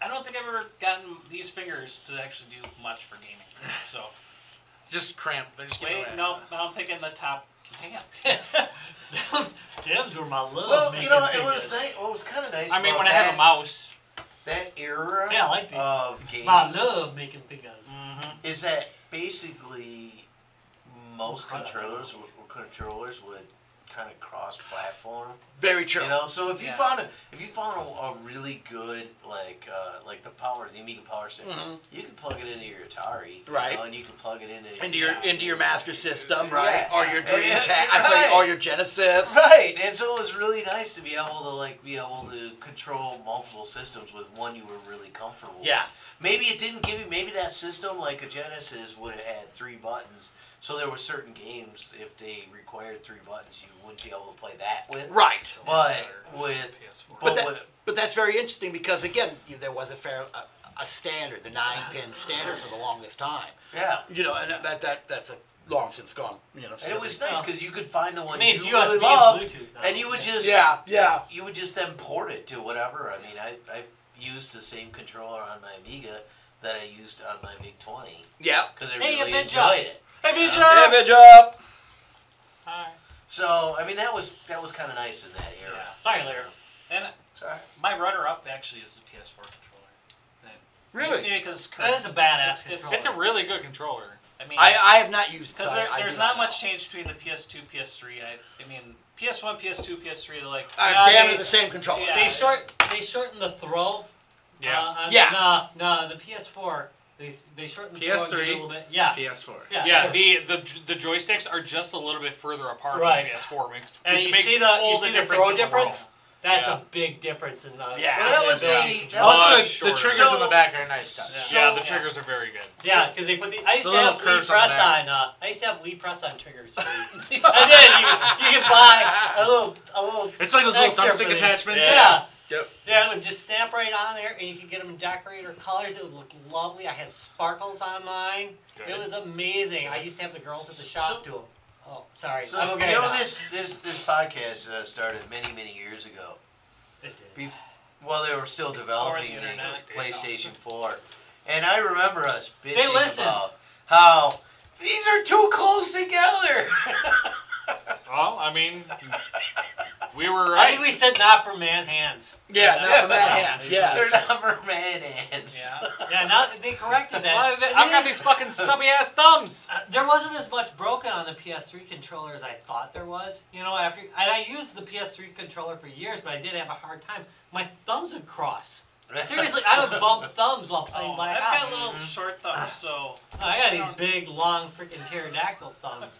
F: I don't think I've ever gotten these fingers to actually do much for gaming. So
E: Just cramp. They're just
F: wait, no, no, I'm thinking the top. Hang on.
A: Them's, them's were my love.
D: Well, you know what,
A: making
D: it was
A: fingers.
D: nice. What was kind of nice.
C: I mean,
D: about
C: when I
D: that,
C: have a mouse.
D: that era
A: Yeah, I like these.
D: of gaming
A: My love making fingers.
C: Mm-hmm.
D: is that basically most
A: Cut.
D: controllers w- w- controllers would kind of cross-platform.
B: Very true.
D: You know, so if you
F: Yeah.
D: found a if you found a, a really good like uh, like the power the Amiga Power Stick,
B: Mhm.
D: you could plug it into your Atari, you
B: Right.
D: know, and you could plug it into
B: Into your into your master system, right?
D: Yeah.
B: Or your
D: Yeah, yeah,
B: Dreamcast, I'm sorry,
D: right.
B: or your Genesis.
D: Right, and so it was really nice to be able to like be able to control multiple systems with one you were really comfortable. with.
B: Yeah,
D: Maybe it didn't give you. Maybe that system, like a Genesis, would have had three buttons. So there were certain games if they required three buttons, you would be able to play that with.
B: Right.
D: But with
F: PS4.
B: But
D: but
B: that-
D: with,
B: But that's very interesting because again, you- there was a fair a, a standard, the nine pin standard for the longest time.
D: yeah.
B: You know, and that that that's a long since gone. You know,
D: And it was nice because you could find the one
A: It means
D: Mm. you
A: USB
D: really
A: and
D: loved,
A: Bluetooth. now.
D: and you would
A: Yeah.
D: just
B: Yeah, yeah.
D: you would just then port it to whatever. I mean, I I used the same controller on my Amiga that I used on my VIC 20
B: Yeah.
D: because I
A: Hey,
D: really
A: Amiga.
D: enjoyed it.
E: Hey,
D: Yeah.
E: VJ!
B: Image up.
F: Hi.
D: So I mean, that was that was kind of nice in that era.
F: Yeah.
A: Sorry, Larry.
F: And
D: Sorry.
F: my runner-up actually is the PS4 controller. Maybe because it's
A: That
F: current.
A: is a badass
F: It's-
A: controller.
C: It's a really good controller.
F: I mean,
B: I, I have not used it.
F: Because
B: so I-
F: there,
B: I do
F: there's not
B: know.
F: much change between the PS2, PS3. I, I mean, PS1, PS2, PS3. They're like,
B: All right,
F: "Yeah,
B: damn
F: they-
B: it, the same controller.
F: yeah.
A: They short. They shortened the throw.
C: Yeah.
A: Uh, on-
B: Yeah.
A: Nah, nah. The PS4. They they shortened the throw and
E: PS3.
A: did a little bit. Yeah.
E: PS4.
A: Yeah.
C: Yeah, the, the the joysticks are just a little bit further apart on
A: Right.
C: the PS4, which,
A: And
C: which
A: you
C: makes
A: see the-
C: all
A: you
C: the
A: see the
C: difference.
A: throw
C: in the world.
A: difference? That's
C: Yeah.
A: a big difference in the.
B: Yeah.
D: Well, that was
A: Yeah.
D: the that
C: lot
E: Also,
D: was,
E: the,
C: shorter.
E: the triggers
D: So-
E: on the back are a nice touch.
A: Yeah. So-
C: Yeah, the triggers are very good.
A: Yeah, because they put the. I used
E: The
A: to
E: little
A: have Lee
E: curves on the
A: Press on.
E: back.
A: uh, I used to have Lee Press on triggers. for these. and then you, you could buy a little a little.
E: It's like those little
A: extra for
E: thumbstick
A: these.
E: attachments.
A: Yeah.
B: Yep.
A: Yeah, it would just snap right on there, and you could get them in decorator colors. It would look lovely. I had sparkles on mine. It
C: Good.
A: was amazing. I used to have the girls at the shop
D: So-
A: do them. Oh, sorry.
D: so,
A: I'm okay
D: you know
A: now.
D: this this this podcast uh, started many many years ago.
A: It did.
D: Bef- while they were still developing the,
F: internet.
D: PlayStation 4, and I remember us bitching
A: They listen.
D: about how these are too close together.
C: Well, I mean, we were
A: I
C: right.
A: think we said not for man hands.
B: Yeah,
F: Yeah.
B: not for mad hands.
D: They're
B: Yeah.
D: not for man hands.
F: Yeah.
A: Yeah, now that they corrected
C: Why
A: that.
C: did they- I've got these fucking stubby ass thumbs.
A: Uh, there wasn't as much broken on the PS3 controller as I thought there was. You know, after and I used the PS3 controller for years, but I did have a hard time. My thumbs would cross. Seriously, I would bump thumbs while playing
F: Oh, I've
A: Black
F: got
A: Ops.
F: little short thumbs, so
A: I got these big, long, freaking pterodactyl thumbs.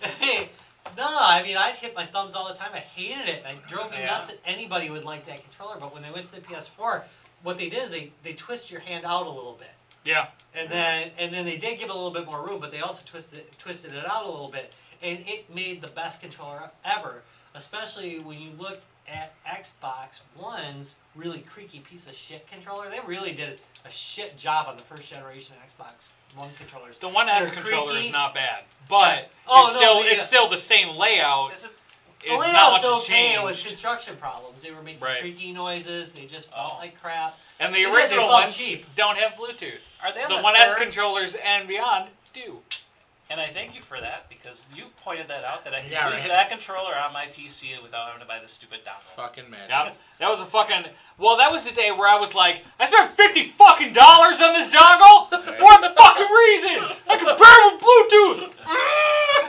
A: Hey, no, I mean I'd hit my thumbs all the time. I hated it. I drove me
F: Yeah.
A: nuts that anybody would like that controller. But when they went to the PS4, what they did is they, they twist your hand out a little bit.
C: Yeah. Mm-hmm.
A: And then and then they did give it a little bit more room, but they also twisted twisted it out a little bit, and it made the best controller ever. Especially when you looked at Xbox One's really creaky piece of shit controller. They really did a shit job on the first generation Xbox One controllers.
C: The one S
A: They're
C: controller
A: creaky.
C: is not bad, but
A: Oh,
C: it's
A: no,
C: still
A: the,
C: it's
A: uh,
C: still the same layout.
F: is it?
A: The
C: It's not
A: layout's
C: much has
A: okay. It was
C: changed.
A: construction problems. They were making
C: Right.
A: creaky noises. They just felt
F: Oh.
A: like crap.
C: and the
A: Yeah, they
C: original
A: felt
C: ones
A: cheap.
C: don't have Bluetooth.
F: Are they on
C: The
F: the,
C: one S
F: third?
C: controllers and beyond do.
F: And I thank you for that because you pointed that out that I can
E: Yeah,
F: use
E: right.
F: that controller on my PC without having to buy the stupid download.
E: Fucking man.
C: Yep. That was a fucking. Well, that was the day where I was like, I spent fifty fucking dollars on this dongle for a fucking reason. I compare with Bluetooth.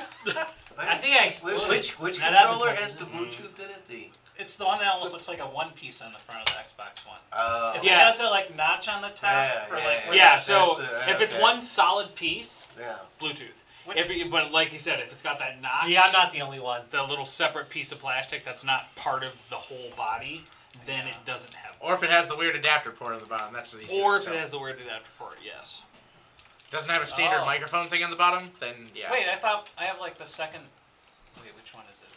A: I think I
D: Wh-
A: exploded.
D: Which which
A: Now that was
D: controller
A: like-
D: has the
E: Mm-hmm.
D: Bluetooth in it? The
F: It's the one that almost looks like a one piece on the front of the Xbox One.
D: uh,
F: If
C: Yeah.
F: It has a like notch on the top
D: Yeah,
F: for
D: yeah,
F: like
D: yeah.
F: where-
C: Yeah. So
D: That's, uh,
C: if it's
D: okay.
C: one solid piece,
D: yeah.
C: Bluetooth.
F: What-
C: If it, but like you said, if it's got that notch,
A: See, I'm not the only one.
C: the little separate piece of plastic that's not part of the whole body, then it doesn't have.
E: Or if it has the weird adapter port on the bottom, that's the easier.
C: Or
E: to
C: if it
E: tell.
C: has the word adapter port, yes.
E: doesn't have a standard
F: Oh.
E: microphone thing on the bottom, then yeah.
F: Wait, I thought I have like the second. Wait, which one is it?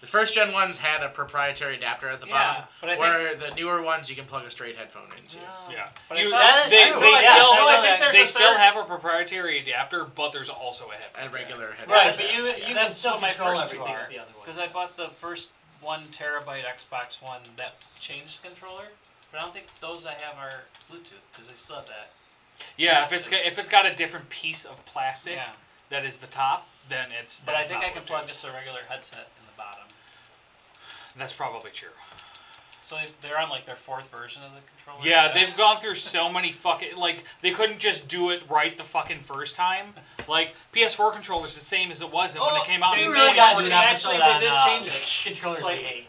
E: The first gen ones had a proprietary adapter at the
F: yeah, but I
E: bottom,
F: think.
E: where the newer ones you can plug a straight headphone into.
F: No.
C: Yeah.
F: But I
C: You-
F: thought-
A: that is
C: they
A: true.
C: they
A: Yes,
C: still,
A: I know
F: Oh. I think
A: that.
F: there's
C: they
F: a
C: still
F: third-
C: have a proprietary adapter, but there's also a headphone.
E: A regular headphone.
A: Right,
F: that's-
A: but you you can
F: that's
A: still
F: what my
A: control
F: first two
A: everything with
F: are.
A: the other one.
F: Because I bought the first one terabyte Xbox One that changed the controller, but I don't think those I have are Bluetooth because they still have that.
C: Yeah, if it's got, if it's got a different piece of plastic
F: Yeah,
C: that is the top, then it's.
F: but
C: then
F: I
C: it's
F: think
C: not
F: I can
C: Bluetooth.
F: plug just a regular headset in the bottom.
C: That's probably true.
F: So they- they're on like their fourth version of the controller.
C: Yeah, they've gone through so many fucking like they couldn't just do it right the fucking first time. Like PS4 controller's the same as it was and when
F: Oh,
C: it came out.
F: they
C: in
F: really
A: got
F: got
A: into
F: you.
A: an
F: Actually,
A: episode
F: they
A: on,
F: did
A: uh,
F: change it.
A: Controllers
F: Slightly.
A: we hate.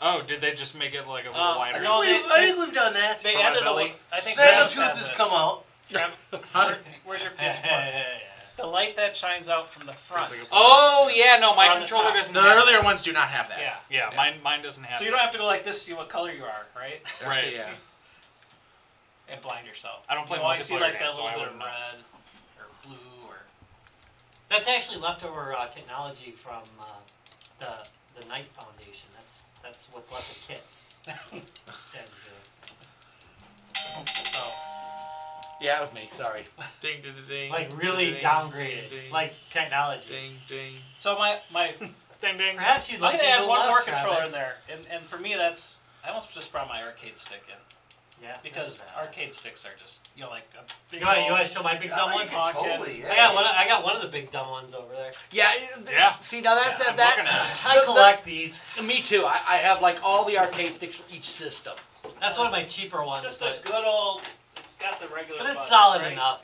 C: Oh, did they just make it like a little
F: Uh,
D: I
C: wider?
D: think,
F: No,
D: we've,
F: they-
D: I
F: they-
D: think we've done that.
F: They
C: For my
F: added a.
C: belly.
F: li- I think Travis
D: Snaggletooth
F: has
D: has
F: it.
D: come out.
F: Trav-
E: Huh?
F: Where's your PS4?
A: That's
F: The light that shines out from the front.
E: It's like a-
C: oh yeah, no,
F: Or
C: my
F: on the
C: controller
F: top.
C: doesn't.
E: The
C: have it.
E: earlier ones do not have that.
F: Yeah.
C: Yeah,
E: Yeah.
C: mine mine doesn't have.
F: So you don't have to go like this to see what color you are, right?
E: Actually,
C: Right.
E: Yeah.
F: and blind yourself.
C: I don't play
F: You always see
C: multiplayer
F: like that
C: games, so
F: little
C: I
F: bit of
C: wouldn't know.
F: red or blue or
A: That's actually leftover uh, technology from uh, the the Knight Foundation. That's that's what's left of Kit. Said, uh,
F: So
B: Yeah, it was me. Sorry.
G: Ding, ding, ding.
A: like really
G: ding,
A: downgraded,
G: ding,
A: like technology.
G: Ding, ding.
F: so my my
C: Ding ding.
A: Perhaps you'd
F: I'm
A: like
F: gonna
A: to
F: add
A: go
F: one
A: left,
F: more controller
A: Travis.
F: in there, and and for me that's I almost just brought my arcade stick in
A: Yeah,
F: because
A: that's a bad
F: arcade sticks are just you know like a big.
A: You want, you
F: old-
A: want to show my big
D: Yeah,
A: dumb
D: you
A: one?
D: could
F: pocket.
D: totally, yeah.
A: I got one. I got one of the big dumb ones over there.
B: Yeah. it- th-
C: Yeah.
B: See, now that's
C: Yeah, I'm
B: that.
C: looking at
A: I
B: the-
A: collect these.
B: the- me too. I, I have like all the arcade sticks for each system.
A: That's one of my cheaper ones,
F: Just a
A: but,
F: good old. It's got the regular.
A: but it's
F: buttons,
A: solid
F: right?
A: enough.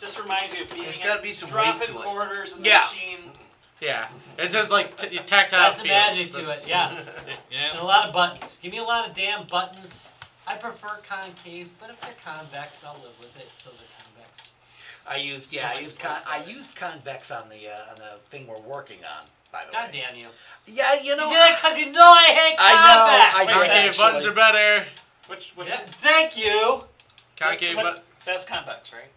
F: Just reminds you of being.
D: There's
F: in-
D: gotta be some
F: dropping
D: weight to it.
F: quarters in the
B: Yeah.
F: machine.
G: Yeah. It says like t- tactile.
A: That's the
G: feel.
A: magic to
G: That's-
A: it. Yeah, and
G: Yeah.
A: a lot of buttons. Give me a lot of damn buttons. I prefer concave, but if they're convex, I'll live with it. Those are convex.
B: I used yeah. I
A: Somebody
B: used con-
A: posted
B: I
A: it.
B: used convex on the uh, on the thing we're working on. By the
A: God
B: way.
A: damn you!
B: Yeah, you know.
A: you do that because you know I hate
B: I know,
A: convex.
B: I
G: Concave
B: actually.
G: buttons are better.
F: Which which
A: Yeah, Thank you.
G: Concave
F: What-
G: buttons.
F: that's convex, right?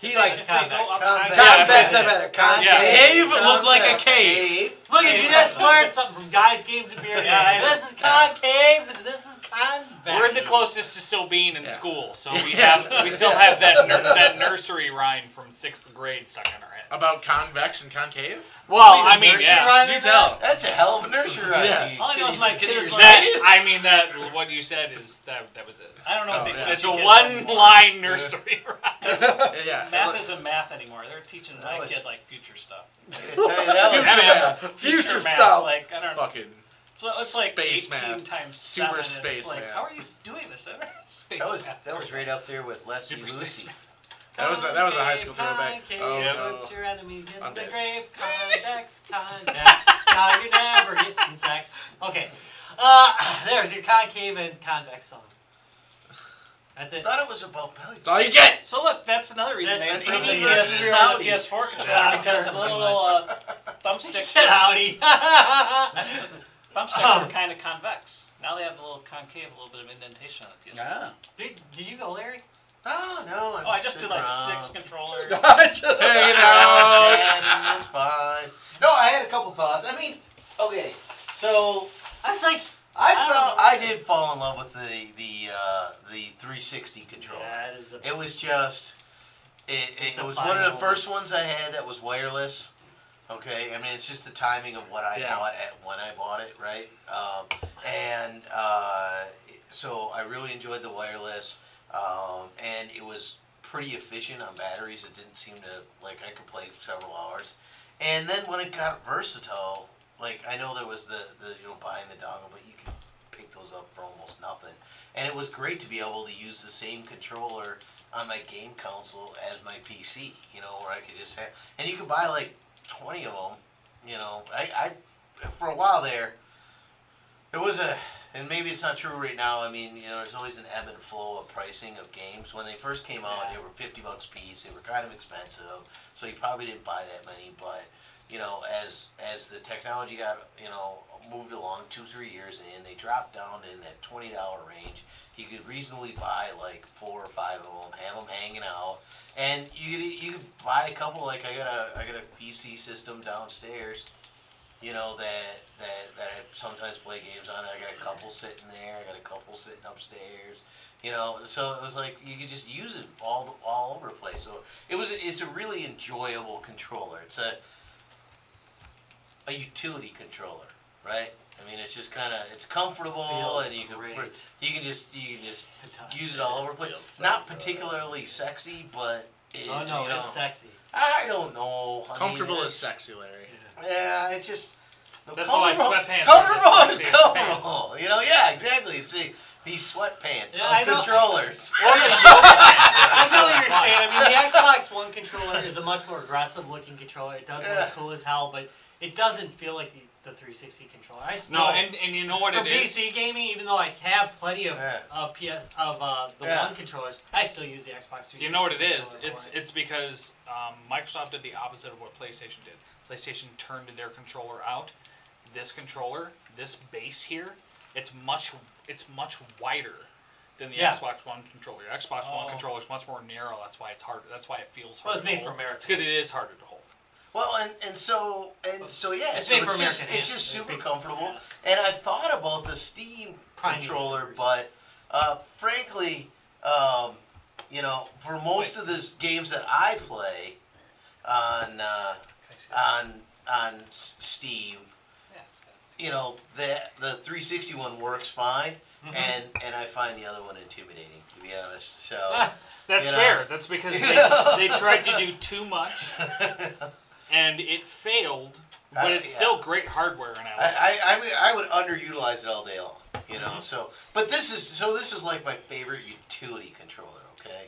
B: He
F: If
B: likes
F: they go
A: convex.
F: up
D: Convex.
F: high-
B: convex are better. Concave.
G: Cave looked like a cave.
A: Look, if you just learned something from guys, games, and beer,
F: Yeah, I know.
A: this is concave and this is convex.
C: We're the closest to still being in
G: Yeah.
C: school, so we have we still have that nur- that nursery rhyme from sixth grade stuck in our heads.
G: About convex and concave?
C: well,
A: Jesus,
C: I mean,
A: nursery
C: yeah,
A: rhyme
G: You
A: or
G: tell.
D: That's a hell of a nursery rhyme.
G: Yeah.
D: You-
F: All I know
D: can you
F: is my
D: s-
F: kid
D: can you
F: is
D: s-
F: like-
C: that I mean that what you said is that that was it.
F: I don't know
G: Oh,
F: what they
G: yeah.
F: teach
C: It's a
F: your kids
C: one
F: anymore.
C: line nursery rhyme.
G: Yeah.
F: Math isn't math anymore. They're teaching
D: That
F: my
D: was-
F: kid like future stuff.
D: I gotta tell you, that was-
G: Future-
B: Future,
F: math,
B: stuff.
F: Like I don't know.
G: Fucking
F: So it's like
G: Space
F: 18
G: math.
F: times
G: Super
F: seven, and
G: space
F: it's like,
G: math.
F: How are you doing this? space
D: That was
F: math.
D: that was right up there with Lefty
C: Super
D: Lucy.
G: That was a- that was a high school throwback.
A: Concave,
G: Oh,
A: concave,
G: no.
A: puts your enemies in
G: I'm
A: the
G: dead.
A: grave. Convex, convex. now you're never getting sex. Okay. Uh, there's your concave and convex song. That's
D: I
A: it.
D: thought it was about belly.
G: That's all you get.
F: So look, that's another reason they
A: That-
F: improved the
D: Any
F: PS3
D: personality.
F: PS4 controller
A: Yeah.
F: because the little uh, thumbsticks
A: Get
F: were,
A: outie. Uh-huh.
F: thumbsticks were kind of convex. Now they have a little concave, a little bit of indentation on the PS4.
B: Ah.
A: did, did you go, Larry?
D: Oh no! I'm
F: Oh, I
D: just
F: just did
D: sitting
F: like
D: around.
F: six controllers.
G: Hey,
D: Sitting
G: you
D: around
G: know.
D: chatting, It's fine. No, I had a couple thoughts. I mean, okay, so
A: I was like,
D: I
A: I don't
D: felt
A: know.
D: I did fall in love with the the uh, the 360 controller.
A: that is the
D: It was just it,
A: It's
D: it,
A: a
D: was one of
A: final.
D: the first ones I had that was wireless. Okay, I mean it's just the timing of what I
G: Yeah.
D: bought at when I bought it, right? Um, and uh, so I really enjoyed the wireless, um, and it was pretty efficient on batteries. It didn't seem to like I could play several hours. And then when it got versatile, like I know there was the, the you know buying the dongle, but you could pick those up for almost nothing. And it was great to be able to use the same controller on my game console as my PC. You know, where I could just have and you could buy like twenty of them. You know, I, I for a while there, it was a and maybe it's not true right now. I mean, you know, there's always an ebb and flow of pricing of games. When they first came out, they were fifty bucks a piece. They were kind of expensive, so you probably didn't buy that many. But you know, as as the technology got you know moved along two three years in, they dropped down in that twenty dollar range. You could reasonably buy like four or five of them, have them hanging out, and you could, e, you could buy a couple. Like I got a I got a PC system downstairs, you know that that that I sometimes play games on. I got a couple sitting there. I got a couple sitting upstairs. You know, so it was like you could just use it all all over the place. So it was it's a really enjoyable controller. It's a a utility controller, right? I mean, it's just kind of it's comfortable
A: Feels
D: and you can pr-
A: great.
D: you can just you can just
A: fantastic.
D: use it all over the place.
B: Feels so
D: Not
B: good.
D: particularly sexy, but it,
A: Oh no,
D: you know,
A: it's sexy.
D: I don't know. I mean,
G: Comfortable is
D: it's-
G: sexy, Larry.
D: Yeah, it just. No,
C: That's why
D: comfortable-
C: sweatpants are
D: Comfortable
C: the
D: is
C: sexiest
D: comfortable. You know, yeah, exactly. It's the, these sweatpants
A: Yeah,
D: on
A: I know.
D: controllers.
A: Or the- I know what you're saying. I mean, the Xbox One controller is a much more aggressive looking controller. It does
D: Yeah.
A: look cool as hell, but it doesn't feel like the, the 360 controller. I still,
C: No, and, and you know what
A: for
C: it is.
A: PC gaming, even though I have plenty of,
D: Yeah.
A: of PS of uh, the
D: Yeah.
A: One controllers, I still use the Xbox 360.
C: You know what it is?
A: controller
C: It's
A: for it.
C: it's because um, Microsoft did the opposite of what PlayStation did. PlayStation turned their controller out. This controller, this base here, it's much it's much wider than the
A: Yeah.
C: Xbox One controller. Your Xbox One
F: Oh.
C: controller is much more narrow. That's why it's harder. That's why it feels
A: Well,
C: harder.
A: it's made
C: to
A: for
C: hold.
A: Americans.
C: It's 'cause it is harder to hold.
D: Well, and, and so and so yeah,
F: It's
D: so
F: made for
D: it's just,
F: American
D: it's just
F: hands.
D: super comfortable. And I've thought about the Steam
A: Prime
D: controller,
A: users.
D: but uh, frankly, um, you know, for most of the games that I play on uh, on on S- Steam, you know, the the 360 one works fine,
A: Mm-hmm.
D: and and I find the other one intimidating, to be honest. So.
C: That's
D: You know?
C: fair. That's because they, they tried to do too much and it failed, but
D: Uh,
C: it's
D: yeah.
C: still great hardware and I like it.
D: I, I, I, would, I would underutilize it all day long, you know.
A: Mm-hmm.
D: So, but this is so this is like my favorite utility controller. Okay.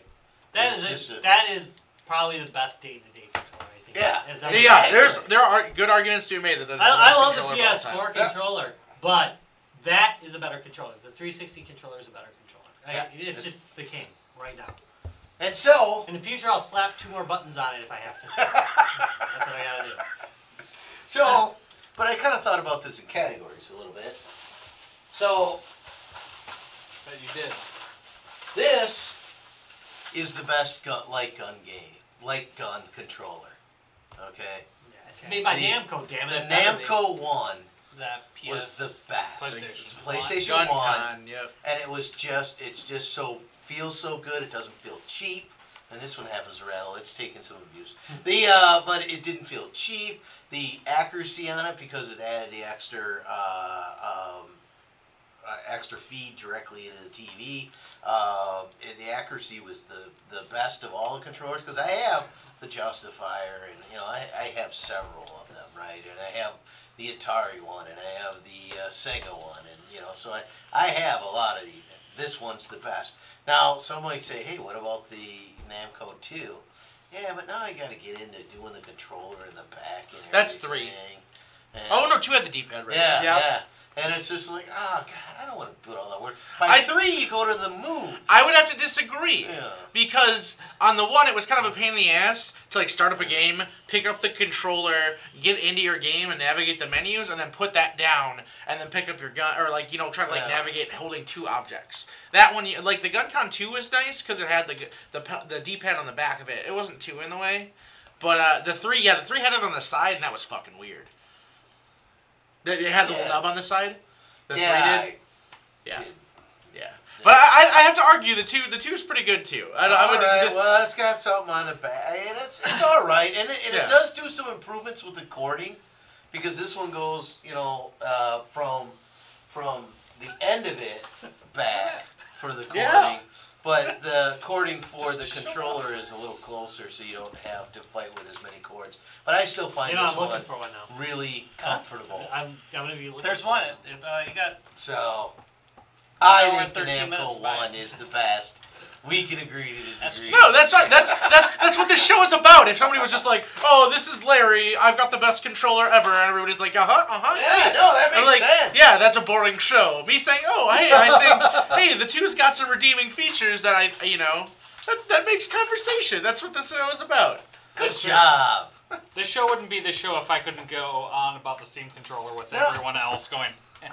A: That
D: It's
A: is
D: just a-
A: that is probably the best day to day controller. I think.
D: Yeah.
A: Is that-
G: Yeah, there's there are good arguments to be made that that's
A: I, I
G: the
A: love
G: best
A: the
G: controller of all time.
A: PS4
D: Yeah.
A: controller, but that is a better controller. The 360 controller is a better controller. I- It's just the king right now.
D: And so,
A: In the future, I'll slap two more buttons on it if I have to. That's what I gotta do.
D: so, but I kind of thought about this in categories a little bit. So
F: But you did.
D: this is the best gun, light gun game, light gun controller. Okay.
A: Yeah, it's made by
D: The-
A: Namco, damn
D: The
A: it. That would
D: Namco one
F: Is that PS?
D: was the best.
F: PlayStation
D: PlayStation
G: Gun
D: one.
G: Con, yep.
D: and it was just it's just so feels so good it doesn't feel cheap and this one happens to rattle it's taken some abuse the uh, but it didn't feel cheap the accuracy on it because it added the extra uh, um, uh, extra feed directly into the TV um, and the accuracy was the the best of all the controllers because I have the Justifier and you know I, I have several of them right and I have the Atari one and I have the uh, Sega one and you know so I I have a lot of these. This one's the best. Now, some might say, hey, what about the Namco 2? Yeah, but now I gotta get into doing the controller in the back and
G: That's three.
D: everything. And-
G: Oh no, two had the D-pad right.
D: Yeah,
G: Yeah.
D: yeah. And it's just like, oh, God, I don't want to put all that work. By
G: I-
D: three, you go to the move.
G: I would have to disagree.
D: Yeah.
G: Because on the one, it was kind of a pain in the ass to like start up a game, pick up the controller, get into your game and navigate the menus, and then put that down, and then pick up your gun or like you know try to like
D: Yeah.
G: navigate holding two objects. That one, you- like the Gun Con Two, was nice because it had the g- the p- the D pad on the back of it. It wasn't two in the way, but uh, the three, yeah, the three had it on the side, and that was fucking weird. That it had the
D: Yeah.
G: little nub on the side. The
D: yeah.
G: three did. Yeah.
D: did.
G: Yeah. But I, I- I have to argue the two the two is pretty good too. I, I
D: all
G: would
D: right,
G: just-
D: well, it's got something on the back, and it's it's all right, and it, and
G: Yeah.
D: it does do some improvements with the cording, because this one goes, you know, uh, from from the end of it back for the cording,
G: Yeah.
D: but the cording for the controller is a little closer, so you don't have to fight with as many cords. But I still
A: be-
D: find
A: You know,
D: this
A: I'm
D: one
A: looking for one now.
D: really comfortable.
A: I'm, I'm gonna be looking.
F: There's
A: for
F: one. It, it, uh, you got
D: So I
F: Hour and
D: think the
F: 13 minutes
D: Namco
F: back.
D: one is the best. We can agree to
F: That's
D: disagree.
G: No, that's not, that's that's that's what this show is about. If somebody was just like, "Oh, this is Larry. I've got the best controller ever," and everybody's like, "Uh huh, uh huh."
D: Yeah, no, that makes
G: I'm like,
D: sense.
G: yeah, that's a boring show. Me saying, "Oh, hey, I think hey, the two's got some redeeming features that I, you know, that, that makes conversation." That's what this show is about.
D: Good job.
C: This show wouldn't be the show if I couldn't go on about the Steam controller with
D: No.
C: everyone else going. "Eh."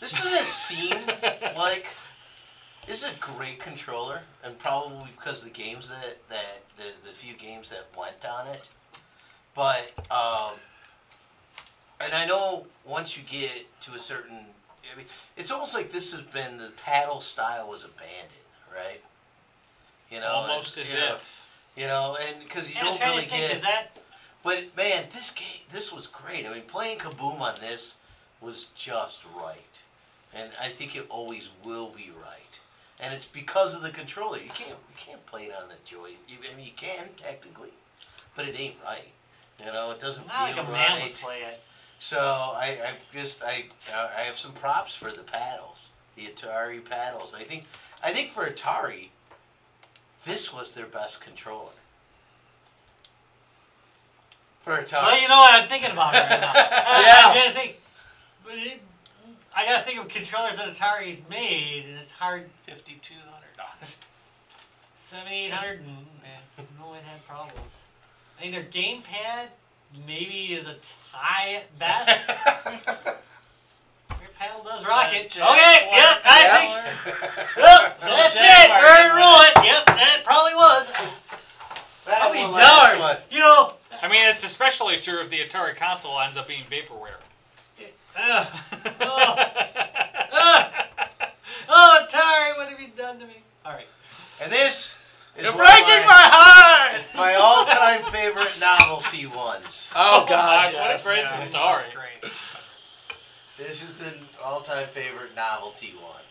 D: This doesn't seem like this is a great controller, and probably because the games that that the, the few games that went on it, but um, and I know once you get to a certain, I mean, it's almost like this has been the paddle style was abandoned, right? You know, and-
C: Almost as
D: you know,
C: if.
D: you know, and because you
A: And I'm
D: don't
A: trying
D: really
A: to think,
D: get.
A: is that
D: But man, this game, this was great. I mean, playing Kaboom on this was just right, and I think it always will be right. And it's because of the controller. You can't, you can't play it on the Joy. You, I mean, you can technically, but it ain't right. You know, it doesn't
A: not like
D: feel
A: a man
D: right.
A: would play it?
D: So I, I just, I, I have some props for the paddles, the Atari paddles. I think, I think for Atari, this was their best controller. For Atari.
A: Well, you know what I'm thinking about it right now. I, I gotta think. but it- I gotta think of controllers that Atari's made, and it's hard.
F: fifty-two hundred dollars.
A: Seventy eight hundred, and no one had problems. I mean, their gamepad maybe is a tie at best. Your paddle does rock it. Okay, yep, I think. Yep,
F: So
A: that's it.
F: Jaguar
A: We're
F: didn't
A: rule it. Yep, that probably was. I'll be
D: one last
A: darned.
D: one.
A: You know,
C: I mean, it's especially true if the Atari console ends up being vaporware.
A: Ugh. Ugh. oh, Atari, what have you done to me? All right.
D: And this is
G: You're
D: one of
G: breaking
D: my,
G: my heart.
D: my all-time favorite novelty ones.
A: Uh.
B: Oh God,
C: God, what a
B: yes.
C: great
F: Yeah,
C: story.
F: that's great.
D: This is the all-time favorite novelty one.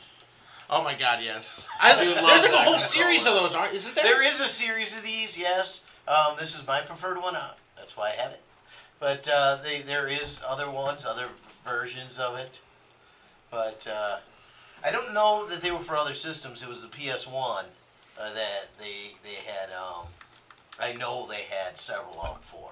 G: Oh my God, yes. I,
C: do love
G: there's like
C: that
G: a
C: controller.
G: whole series of those, aren't? Isn't there?
D: There is a series of these, yes. Um, this is my preferred one. uh, That's why I have it. But uh, they, there is other ones, other versions of it. But uh, I don't know that they were for other systems. It was the PS One uh, that they they had. Um, I know they had several out for.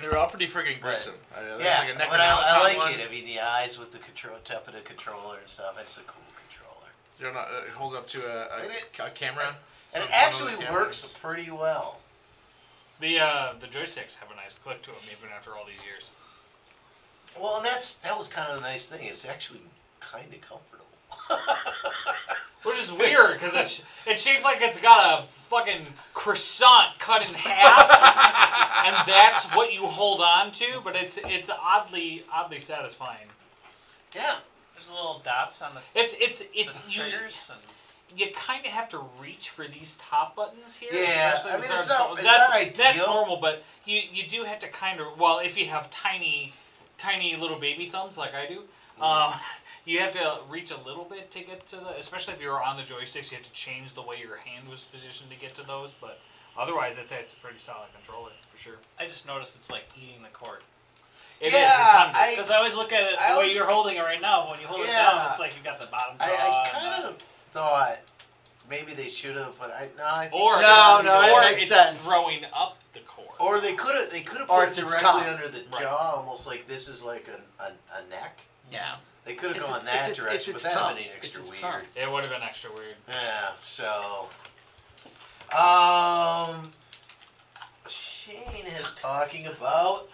G: They're all pretty friggin' gruesome. Uh, there's
D: yeah,
G: like a neck
D: but
G: and
D: I,
G: out
D: I
G: top
D: like
G: one.
D: it. I mean, the eyes with the control, top of the controller and stuff. It's a cool controller,
G: You're not uh, hold up to a,
D: And it-
G: a, a camera.
D: and
G: Some-
D: it
G: one of
D: actually
G: the
D: works
G: cameras.
D: pretty well.
C: The uh, the joysticks have a nice click to them even after all these years.
D: Well, and that's that was kind of a nice thing. It's actually kind of comfortable.
C: Which is weird because it's it's shaped like it's got a fucking croissant cut in half, and that's what you hold on to. But it's it's oddly oddly satisfying.
D: yeah,
F: There's little dots on the,
C: It's it's it's
F: the
C: you,
F: triggers. And
C: you kind of have to reach for these top buttons here.
D: Yeah,
C: especially
D: I
C: with
D: mean, it's
C: certain-
D: not- it's
C: that's,
D: not
C: that's
D: ideal.
C: normal, but you you do have to kind of well, if you have tiny, tiny little baby thumbs like I do, um, you have to reach a little bit to get to the. Especially if you're on the joysticks, you have to change the way your hand was positioned to get to those. But otherwise, I'd say it's a pretty solid controller for sure.
F: I just noticed it's like eating the cord.
C: It is.
D: Yeah,
C: It's hungry.
D: I-
F: Because I always look at it the
D: I
F: way
D: always-
F: you're holding it right now. But when you hold it
D: Yeah.
F: down, it's like you got the bottom jaw.
D: I, I
F: and the-
D: kind of thought maybe they should have, but I no, I think,
C: or
B: No, no, it
C: or
B: makes
C: it's
B: sense.
C: throwing up the cord.
D: or they could have they could have
B: Or
D: put it
B: it's its
D: directly
B: cock.
D: under the
C: Right.
D: jaw, almost like this is like a a, a neck.
B: Yeah.
D: They could have
B: It's
D: gone
B: its-
D: that
B: it's its-
D: direction,
B: it's its
D: but that would
B: tongue.
D: have been
B: It's
D: extra
B: its
D: weird.
B: tongue.
C: it would have been extra weird.
D: Yeah, so um, Shane is talking about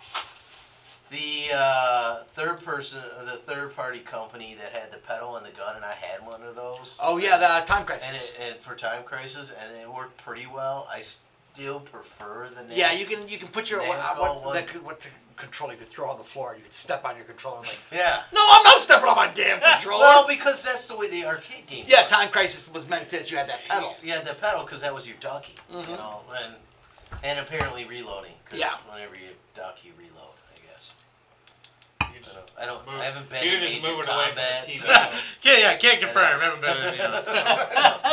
D: the uh, third person, the third party company that had the pedal and the gun, and I had one of those.
B: Oh yeah, the uh, time crisis.
D: and, it, and for Time Crisis, and it worked pretty well. I still prefer the name.
B: yeah, you can you can put your what,
D: Nail
B: uh, what,
D: one.
B: that could- what to control you could throw on the floor. You could step on your controller and like,
D: Yeah.
B: no, I'm not stepping on my damn controller.
D: Well, because that's the way the arcade game.
B: yeah,
D: worked.
B: time crisis was meant that you had that pedal.
D: You had the pedal because that was your ducky,
B: Mhm.
D: you know, and and apparently reloading. 'cause
B: Yeah.
D: Whenever you duck, you reload. I guess.
C: You could
D: I
C: just-
D: don't. I, don't,
C: Move-
D: I haven't been
C: you
D: in
C: just
D: major
C: move it away from the
D: combat.
C: TV.
D: so-
G: Yeah, yeah. Can't confirm. Haven't been in. You know.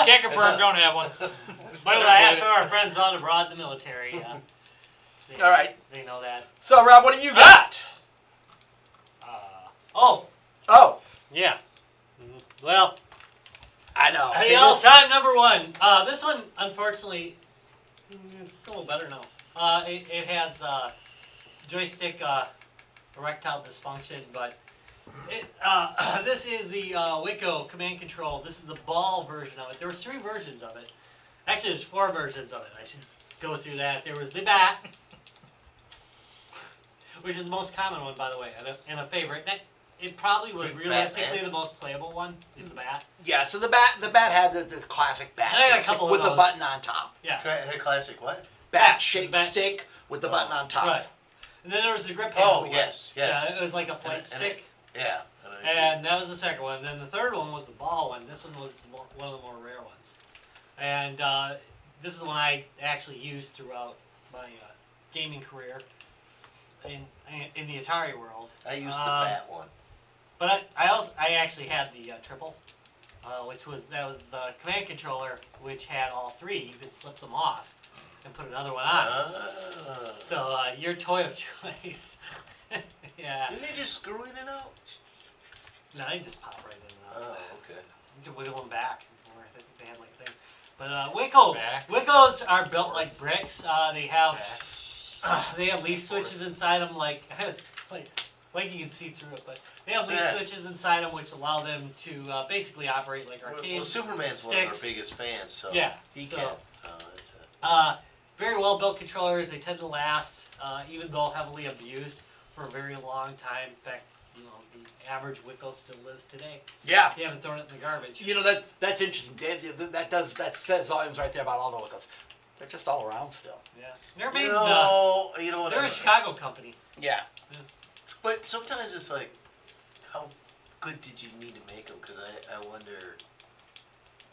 C: Can't confirm. Don't have one.
A: But I asked some of our friends on abroad in the military. Yeah. They-
B: All right.
A: They know that.
B: So Rob, what do you got?
A: Uh, oh,
B: Oh,
A: yeah. Mm-hmm. Well,
B: I know. See,
A: The
B: this-
A: all time number one. Uh, this one, unfortunately, mm, it's a little better now. Uh, it, it has uh, joystick uh, erectile dysfunction, but it, uh, this is the uh, Wico command control. This is the ball version of it. There was three versions of it. Actually, there's four versions of it. I should go through that. There was the bat, which is the most common one, by the way, and a, and a favorite. And It, it probably was
D: Batman.
A: realistically the most playable one. Is the bat.
B: Yeah, so the bat the bat had the, the classic bat
A: I got a
B: stick
A: couple of
B: with the
A: those.
B: button on top.
A: Yeah.
D: Cla- her classic what?
B: Bat
A: the
B: shaped
A: bat-
B: stick with the
D: Oh,
B: button on top.
A: Right. And then there was the grip handle.
D: Oh
A: one.
D: yes, yes,
A: Yeah, it was like a flight
D: And- and
A: stick.
D: yeah.
A: And, that was the second one. then the third one was the ball one. This one was the mo- one of the more rare ones. And uh, this is the one I actually used throughout my uh, gaming career in, in the Atari world.
D: I used
A: um,
D: the bat one.
A: But I, I also I actually had the uh, triple, uh, which was that was the command controller, which had all three. You could slip them off and put another one
D: Uh-huh.
A: on.
D: Ah.
A: So uh, your toy of choice. yeah.
D: Didn't they just screw in and out?
A: No, they just pop right in and
D: Oh,
A: out.
D: okay.
A: You can wiggle them back and forth. I think they had like things. But uh, Wico,
C: Back.
A: Wicos are built like bricks. Uh, they have
D: Back.
A: uh, they have leaf switches inside them, like like like you can see through it. But they have leaf
D: Yeah.
A: switches inside them, which allow them to uh, basically operate like
D: Well,
A: arcades.
D: well, Superman's one of our
A: sticks.
D: biggest fans, so
A: Yeah,
D: he
A: so-
D: can. Oh, that's it.
A: Uh, very well built controllers. They tend to last, uh, even though heavily abused, for a very long time. In fact, you know the average Wico still lives today.
B: Yeah.
A: If you haven't thrown it in the garbage.
B: You know that that's interesting. That, that does that says volumes right there about all the Wiccos. They're just all around still.
A: They're made. in, uh,
D: No, you know what?
A: they're
D: I'm-
A: a Chicago company.
B: Yeah.
D: But sometimes it's like, how good did you need to make them? Because I, I wonder.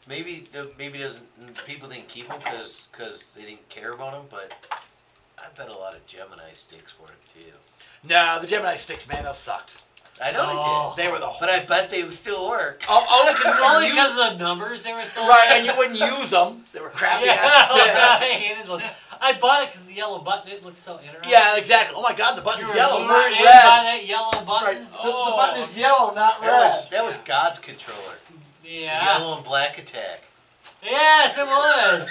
D: Maybe maybe doesn't people didn't keep them because they didn't care about them, but I bet a lot of Gemini sticks were too.
B: No, the Gemini sticks, man, those sucked.
D: I know
A: Oh.
D: they did,
B: They were the whole.
D: but I bet they would still work.
B: Oh, only
A: Only
B: because
A: because of the numbers they were selling.
B: right, and you wouldn't use them. They were crappy
A: Yeah,
B: ass
A: I
B: sticks.
A: hated those. I bought it because the yellow button. It looked so interesting.
B: Yeah, exactly. Oh my God, the
A: You
B: button's
A: were
B: yellow, not
A: lured in by
B: red.
A: that yellow
B: That's
A: button. Oh.
B: right. The, the button is yellow, not
D: That
B: red.
D: was that was God's controller.
A: Yeah.
D: Yellow and black attack.
A: Yes, it was.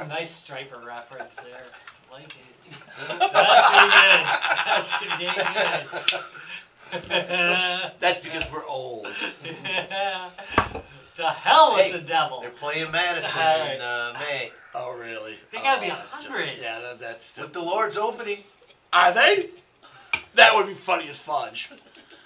A: Hmm, nice striper reference there. Like it. That's pretty good. That's pretty dang
B: That's because we're old.
A: good. the hell with
D: Hey,
A: the devil.
D: They're playing Madison in uh, May
B: Oh really?
A: They gotta
B: Oh,
A: be a
B: that's just-
A: hundred.
B: Yeah, that, that's.
D: with the Lord's opening.
B: Are they? That would be funny as fudge.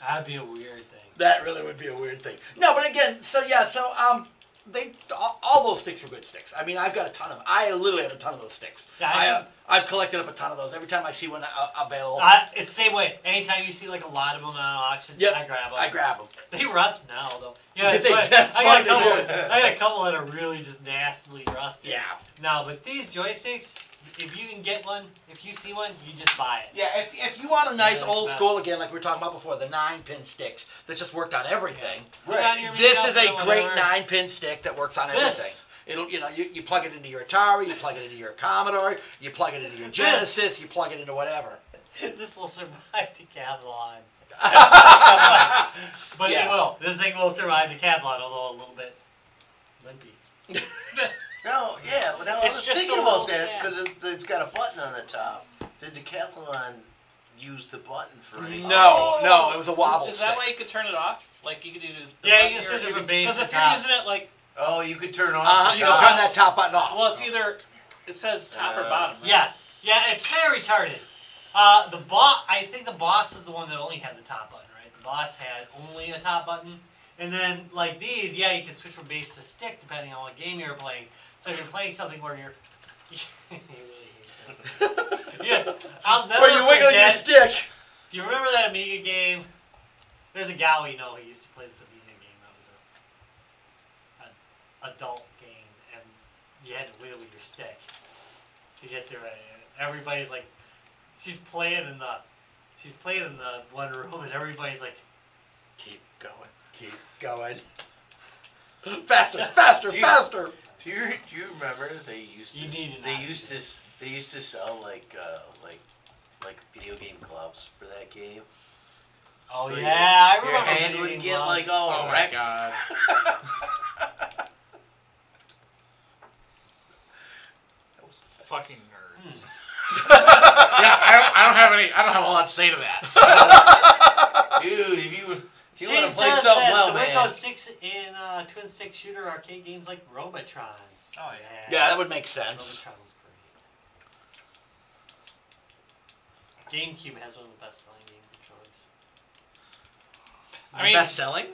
A: That'd be a weird thing.
B: That really would be a weird thing. No, but again, so yeah, so um, they all, all those sticks were good sticks. I mean, I've got a ton of. I literally have a ton of those sticks.
A: Yeah, I
B: I, uh,
A: think-
B: I've collected up a ton of those. Every time I see one uh, available, I,
A: I, it's the same way. Anytime you see like a lot of them on auction,
B: Yep,
A: I grab them.
B: grab them.
A: They rust now though. Yeah, it's
B: They
A: funny.
B: just
A: I got a
B: fucking
A: couple.
B: do.
A: I got a couple that are really just nastily rusted.
B: Yeah,
A: No, but these joysticks, if you can get one, if you see one, you just buy it.
B: yeah. If, if you want a nice
A: Yeah,
B: old
A: that's-
B: school again, like we were talking about before, the nine pin sticks that just worked on everything.
A: Put it on your
B: This
A: meat
B: is
A: outfit
B: a
A: or
B: great
A: whatever.
B: nine pin stick that works on
A: This.
B: everything. It'll you know you, you plug it into your Atari, you plug it into your Commodore, you plug it into your Genesis, you plug it into whatever.
A: this will survive decathlon. but
B: Yeah.
A: it will. This thing will survive decathlon, although a little bit limpy.
D: No, yeah, but now I
C: It's
D: was
C: just
D: thinking
C: a little
D: about
C: sad.
D: that because it, it's got a button on the top. Did Decathlon use the button for anything?
B: No, no, it was a wobble.
F: Is, is that
B: stick.
F: why you could turn it off? Like you could do the
A: Yeah,
F: button
A: you can
F: or
A: switch it from
F: could-
A: base
F: Because
A: to
F: if you're
A: top.
F: using it like
D: Oh, you could turn off.
B: Uh,
D: the
B: you can
D: top.
B: turn that top button off.
F: well, it's either it says top or
D: Uh,
F: bottom. right?
A: Yeah, yeah, it's kind of retarded. Uh, the boss, I think the boss was the one that only had the top button, right? The boss had only a top button, and then like these, yeah, you can switch from base to stick depending on what game you're playing. So if you're playing something where you're, You really hate this. yeah, I'll never
B: Where you wiggling your
A: forget-
B: stick?
A: Do you remember that Amiga game? There's a guy we know who used to play this Amiga game that was a, a adult game, and you had to wiggle your stick to get through it. And everybody's like, she's playing in the, she's playing in the one room, and everybody's like,
B: Keep going, keep going. Faster, faster,
D: Dude.
B: faster.
D: Do you do you remember they used
A: You
D: to,
A: need
D: they
A: not
D: used to s- they used to sell like uh, like like video game gloves for that game.
A: oh
D: Your-
A: yeah, I
D: Your
A: remember
D: hand
A: beating
D: would get
A: gloves."
D: like all
G: Oh my
D: wrecked.
G: god.
D: That was the best.
C: Fucking nerds. Hmm.
G: Yeah, I don't, I don't have any. I don't have a lot to say to that. so.
C: Oh,
D: dude. If you if you
A: Shane
D: want to play
A: says
D: something
A: that
D: well,
A: the
D: man.
A: Windows sticks in uh, twin stick shooter arcade games like Robotron.
F: Oh
A: Yeah,
F: yeah.
B: Yeah, that would make
A: Robotron
B: sense.
A: was great. GameCube has one of the best selling game controllers.
C: I mean,
G: best selling.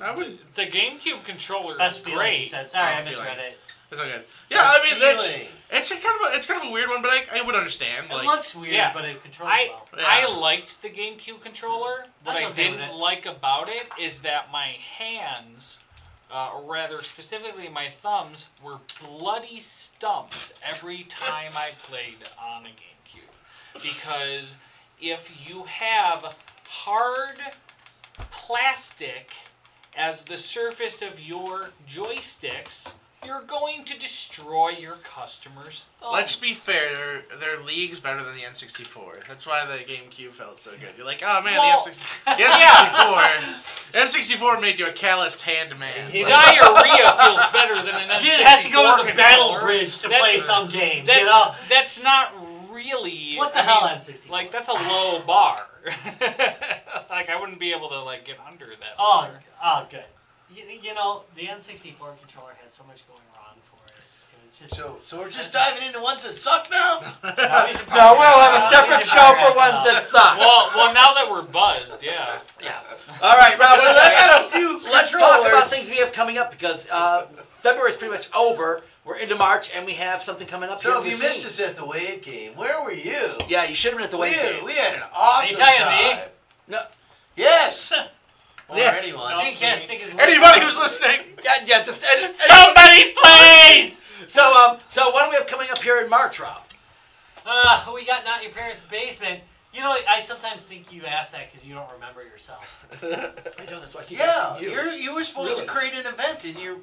C: I would, the GameCube controller
A: Best
C: is
A: feeling he
C: great.
A: said. Sorry,
G: Oh,
A: I misread
G: feeling.
A: it.
G: It's all good. Yeah, I mean that's
D: Feeling.
G: it's a kind of a, it's kind of a weird one, but I, I would understand.
A: It
G: Like,
A: looks weird,
C: yeah.
A: but it controls
C: I
A: well.
C: I
G: Yeah.
C: liked the GameCube controller. What
A: That's okay
C: I
A: with
C: didn't
A: it.
C: like about it is that my hands, uh, or rather specifically my thumbs, were bloody stumps every time I played on a GameCube. Because if you have hard plastic as the surface of your joysticks, you're going to destroy your customer's thumbs.
B: Oh.
G: Let's be fair. Their their league's better than the N64. That's why the GameCube felt so good. You're like, oh man,
C: Well,
G: the, N64, the N64. N64 made you a calloused hand man.
C: His
G: Like,
C: diarrhea feels better than an N64
A: You didn't have to go to the
C: controller.
A: battle bridge to
C: That's-
A: play some games,
C: That's,
A: you know?
C: that's not really.
A: What the
C: I
A: hell,
C: mean,
A: M64?
C: Like that's a low bar. like I wouldn't be able to like get under that.
A: oh,
C: bar.
A: oh, good. You, you know, the N64 controller had so much going wrong for it. It was just.
D: So so we're just diving into ones that suck now.
A: No, we should
B: No, we'll
A: probably-
B: have a
A: uh, we
B: separate
A: should
B: show
A: probably
B: for
A: wrap
B: ones
A: it up.
B: that suck.
C: Well, well, now that we're buzzed, yeah.
B: All right, Rob. I got a
D: few.
B: Let's talk about things we have coming up because uh, February is pretty much over. We're into March, and we have something coming up.
D: So
B: here
D: if you
B: in the
D: missed
B: scene.
D: us at the Wave Game, where were you?
B: yeah, you should have been at the
D: we,
B: wave game.
D: we had an
A: Are
D: awesome
A: you talking to
D: time.
A: me?
B: No.
D: Yes. Or
G: Yeah.
D: anyone.
A: Jim can't stick his
G: Anybody who's listening,
B: yeah, yeah, just and, and-
C: Somebody, please!
B: so um so what do we have coming up here in March, Rob?
A: Uh, we got not in your parents' basement. You know, I sometimes think you ask that because you don't remember yourself.
B: I know that's why I keep
D: Yeah,
B: asking
D: you. are you were supposed
B: Really?
D: to create an event, and you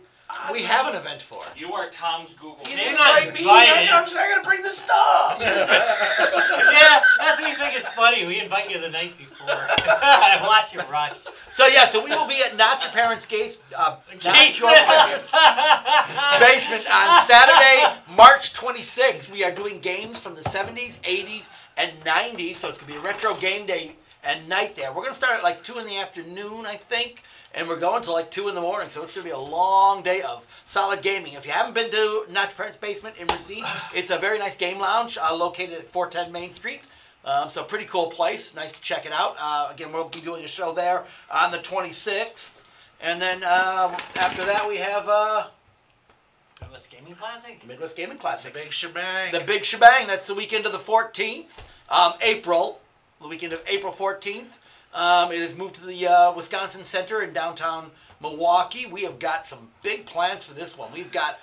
B: We have an event for it.
C: You are Tom's Google.
D: you
A: You're
D: didn't
A: not
D: invite me. I,
A: invited.
D: I'm not gonna bring the stuff.
A: yeah, that's what you think is funny. We invite you the night before. I watch you rush.
B: So yeah, so we will be at Not Your Parents' Gates, uh, Not Your Parents'
A: Jason.
B: Basement on Saturday, March 26th. We are doing games from the 70s, 80s, and 90s. So it's gonna be a retro game day and night there. We're gonna start at like two in the afternoon, I think, and we're going till like two in the morning. So it's gonna be a long day of solid gaming. If you haven't been to Not Your Parents' Basement in Racine, it's a very nice game lounge uh, located at 410 Main Street. Um, so pretty cool place. Nice to check it out. Uh, again, we'll be doing a show there on the 26th, and then uh, after that we have uh,
A: Midwest Gaming Classic?
B: Midwest Gaming Classic.
G: big shebang.
B: The big shebang. That's the weekend of the 14th, um, April. The weekend of April 14th. Um, it has moved to the uh, Wisconsin Center in downtown Milwaukee. We have got some big plans for this one. We've got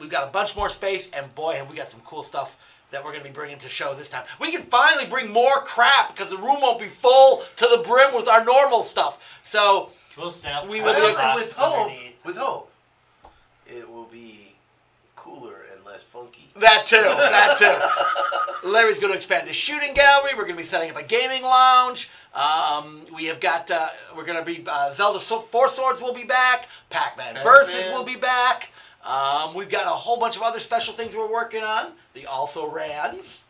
B: we've got a bunch more space, and boy, have we got some cool stuff that we're going to be bringing to show this time. We can finally bring more crap because the room won't be full to the brim with our normal stuff. So
A: We'll step.
B: We would
A: Hot
B: look-
D: Well,
A: Box
D: with hope,
A: underneath.
D: with hope, it will be cooler and less funky.
B: That too. That too. Larry's going to expand his shooting gallery. We're going to be setting up a gaming lounge. Um, we have got. Uh, we're going to be uh, Zelda so- Four Swords will be back. Pac-Man
D: Pac-Man.
B: Versus will be back. Um, we've got a whole bunch of other special things we're working on. The also rans.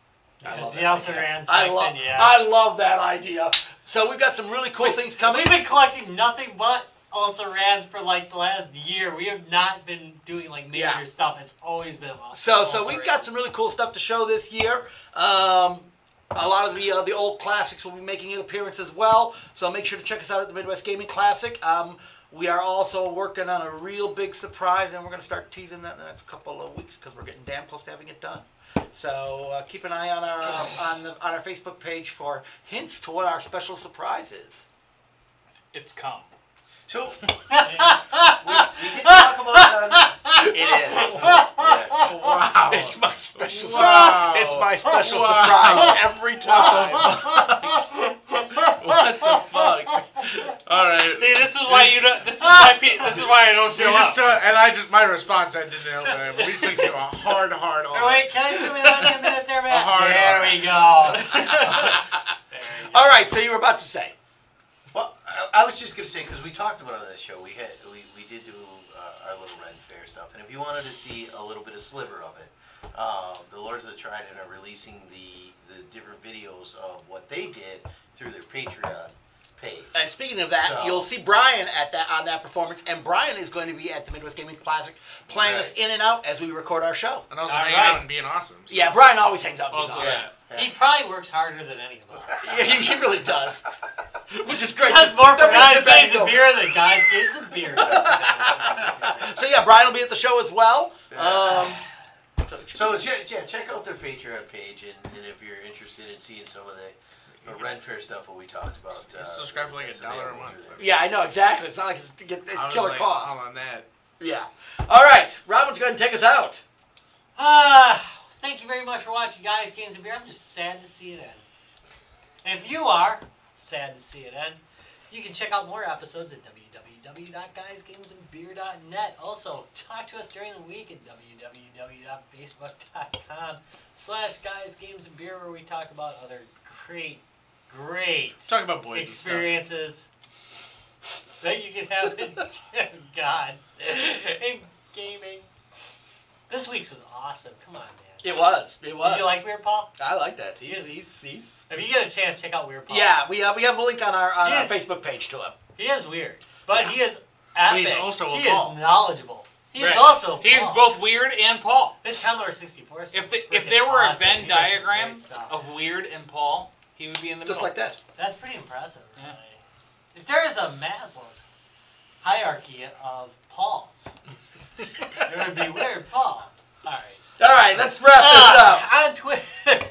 B: I love
A: It's the
B: that
A: also
B: idea.
A: ran
B: I
A: section,
B: love.
A: yeah.
B: I love that idea. So we've got some really cool
A: Wait,
B: things coming.
A: We've been collecting nothing but also rans for like the last year. We have not been doing like major
B: Yeah.
A: stuff. It's always been also-
B: So, so
A: also
B: we've
A: rans.
B: got some really cool stuff to show this year. Um, a lot of the uh, the old classics will be making an appearance as well. So make sure to check us out at the Midwest Gaming Classic. Um, we are also working on a real big surprise, and we're going to start teasing that in the next couple of weeks because we're getting damn close to having it done. So uh, keep an eye on our uh, on the, on our Facebook page for hints to what our special surprise is.
C: It's come.
D: So we, we can talk about it. On,
B: It is.
D: yeah.
G: wow.
B: It's my special.
G: Wow.
B: It's my special
G: Wow.
B: surprise every time.
G: what the fuck? All right.
C: See, this is why you don't. This is why. Pe- this is why I don't
G: We
C: show
G: just
C: up.
G: took, and I just my response I didn't know but we just took you a hard hard
A: Oh, wait, can I zoom in on you a minute there,
G: A hard
A: Matt? There
G: R.
A: we go.
B: All right, so you were about to say.
D: Well, I, I was just gonna say because we talked about it on this show. We had we, we did do uh, our little Ren Fair stuff, and if you wanted to see a little bit of sliver of it, uh, the Lords of the Trident are releasing the the different videos of what they did through their Patreon page.
B: And speaking of that,
D: So-
B: you'll see Brian at that on that performance, and Brian is going to be at the Midwest Gaming Classic playing us
D: Right.
B: in and out as we record our show.
G: and I was
A: All
G: hanging
A: right.
G: out and being awesome. so-
B: Yeah, Brian always hangs out with us.
C: Also,
D: Yeah.
A: He probably works harder than any of us.
B: Yeah, he, he really does. Which is great.
A: He does more for
B: That
A: guys
B: makes
A: gains
B: the band
A: a
B: go.
A: beer than guys gains a beer.
B: So yeah, Brian will be at the show as well. Um,
D: So che- yeah, check out their Patreon page, and, and if you're interested in seeing some of the, the rent fair stuff that we talked about, uh,
G: You subscribe for like a
D: that's
G: dollar a
D: available
G: month.
D: through there.
B: yeah, I know exactly. It's not like it's, it's
G: I was
B: killer
G: like,
B: cost.
G: all on that.
B: Yeah. All right, Robin's going to take us out.
A: Uh, thank you very much for watching Guys, Games, and Beer. I'm just sad to see it end. If you are sad to see it end, you can check out more episodes at www.guysgamesandbeer.net. Also, talk to us during the week at www.facebook.com slash guys, games, and beer, where we talk about other great, great
G: Let's talk about boys and
A: experiences that you can have in God in gaming. This week's was awesome. Come on, man.
B: It was. It was.
A: Did you like Weird Paul?
B: I like that. He's,
A: Yes.
B: he's, he's,
A: If you get a chance, check out Weird Paul.
B: yeah, we uh, we have a link on our on
A: Yes.
B: our Facebook page to him.
A: he is weird, but he is epic.
G: He's also a
A: he
G: Paul.
A: is knowledgeable. He
C: Right.
A: is also a
C: He is
A: Paul.
C: both weird and Paul.
A: This Commodore 64. stuff
C: If the,
A: is
C: if
A: freaking
C: there were
A: awesome.
C: a
A: He
C: Venn
A: does some
C: diagram
A: great stuff.
C: of weird and Paul, he would be in the
B: Just
C: middle.
B: like that.
A: that's pretty impressive.
C: Yeah.
A: Really. If there is a Maslow's hierarchy of Pauls,
G: stuff.
A: It would be weird, Paul. All right.
B: All right, let's wrap this up.
A: Ah, on Twitter,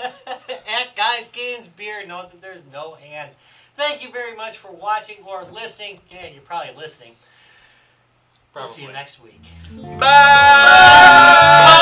A: at Guys Games Beer, note that there's no hand. Thank you very much for watching or listening. Yeah, you're probably listening. We'll see you next week.
B: Bye.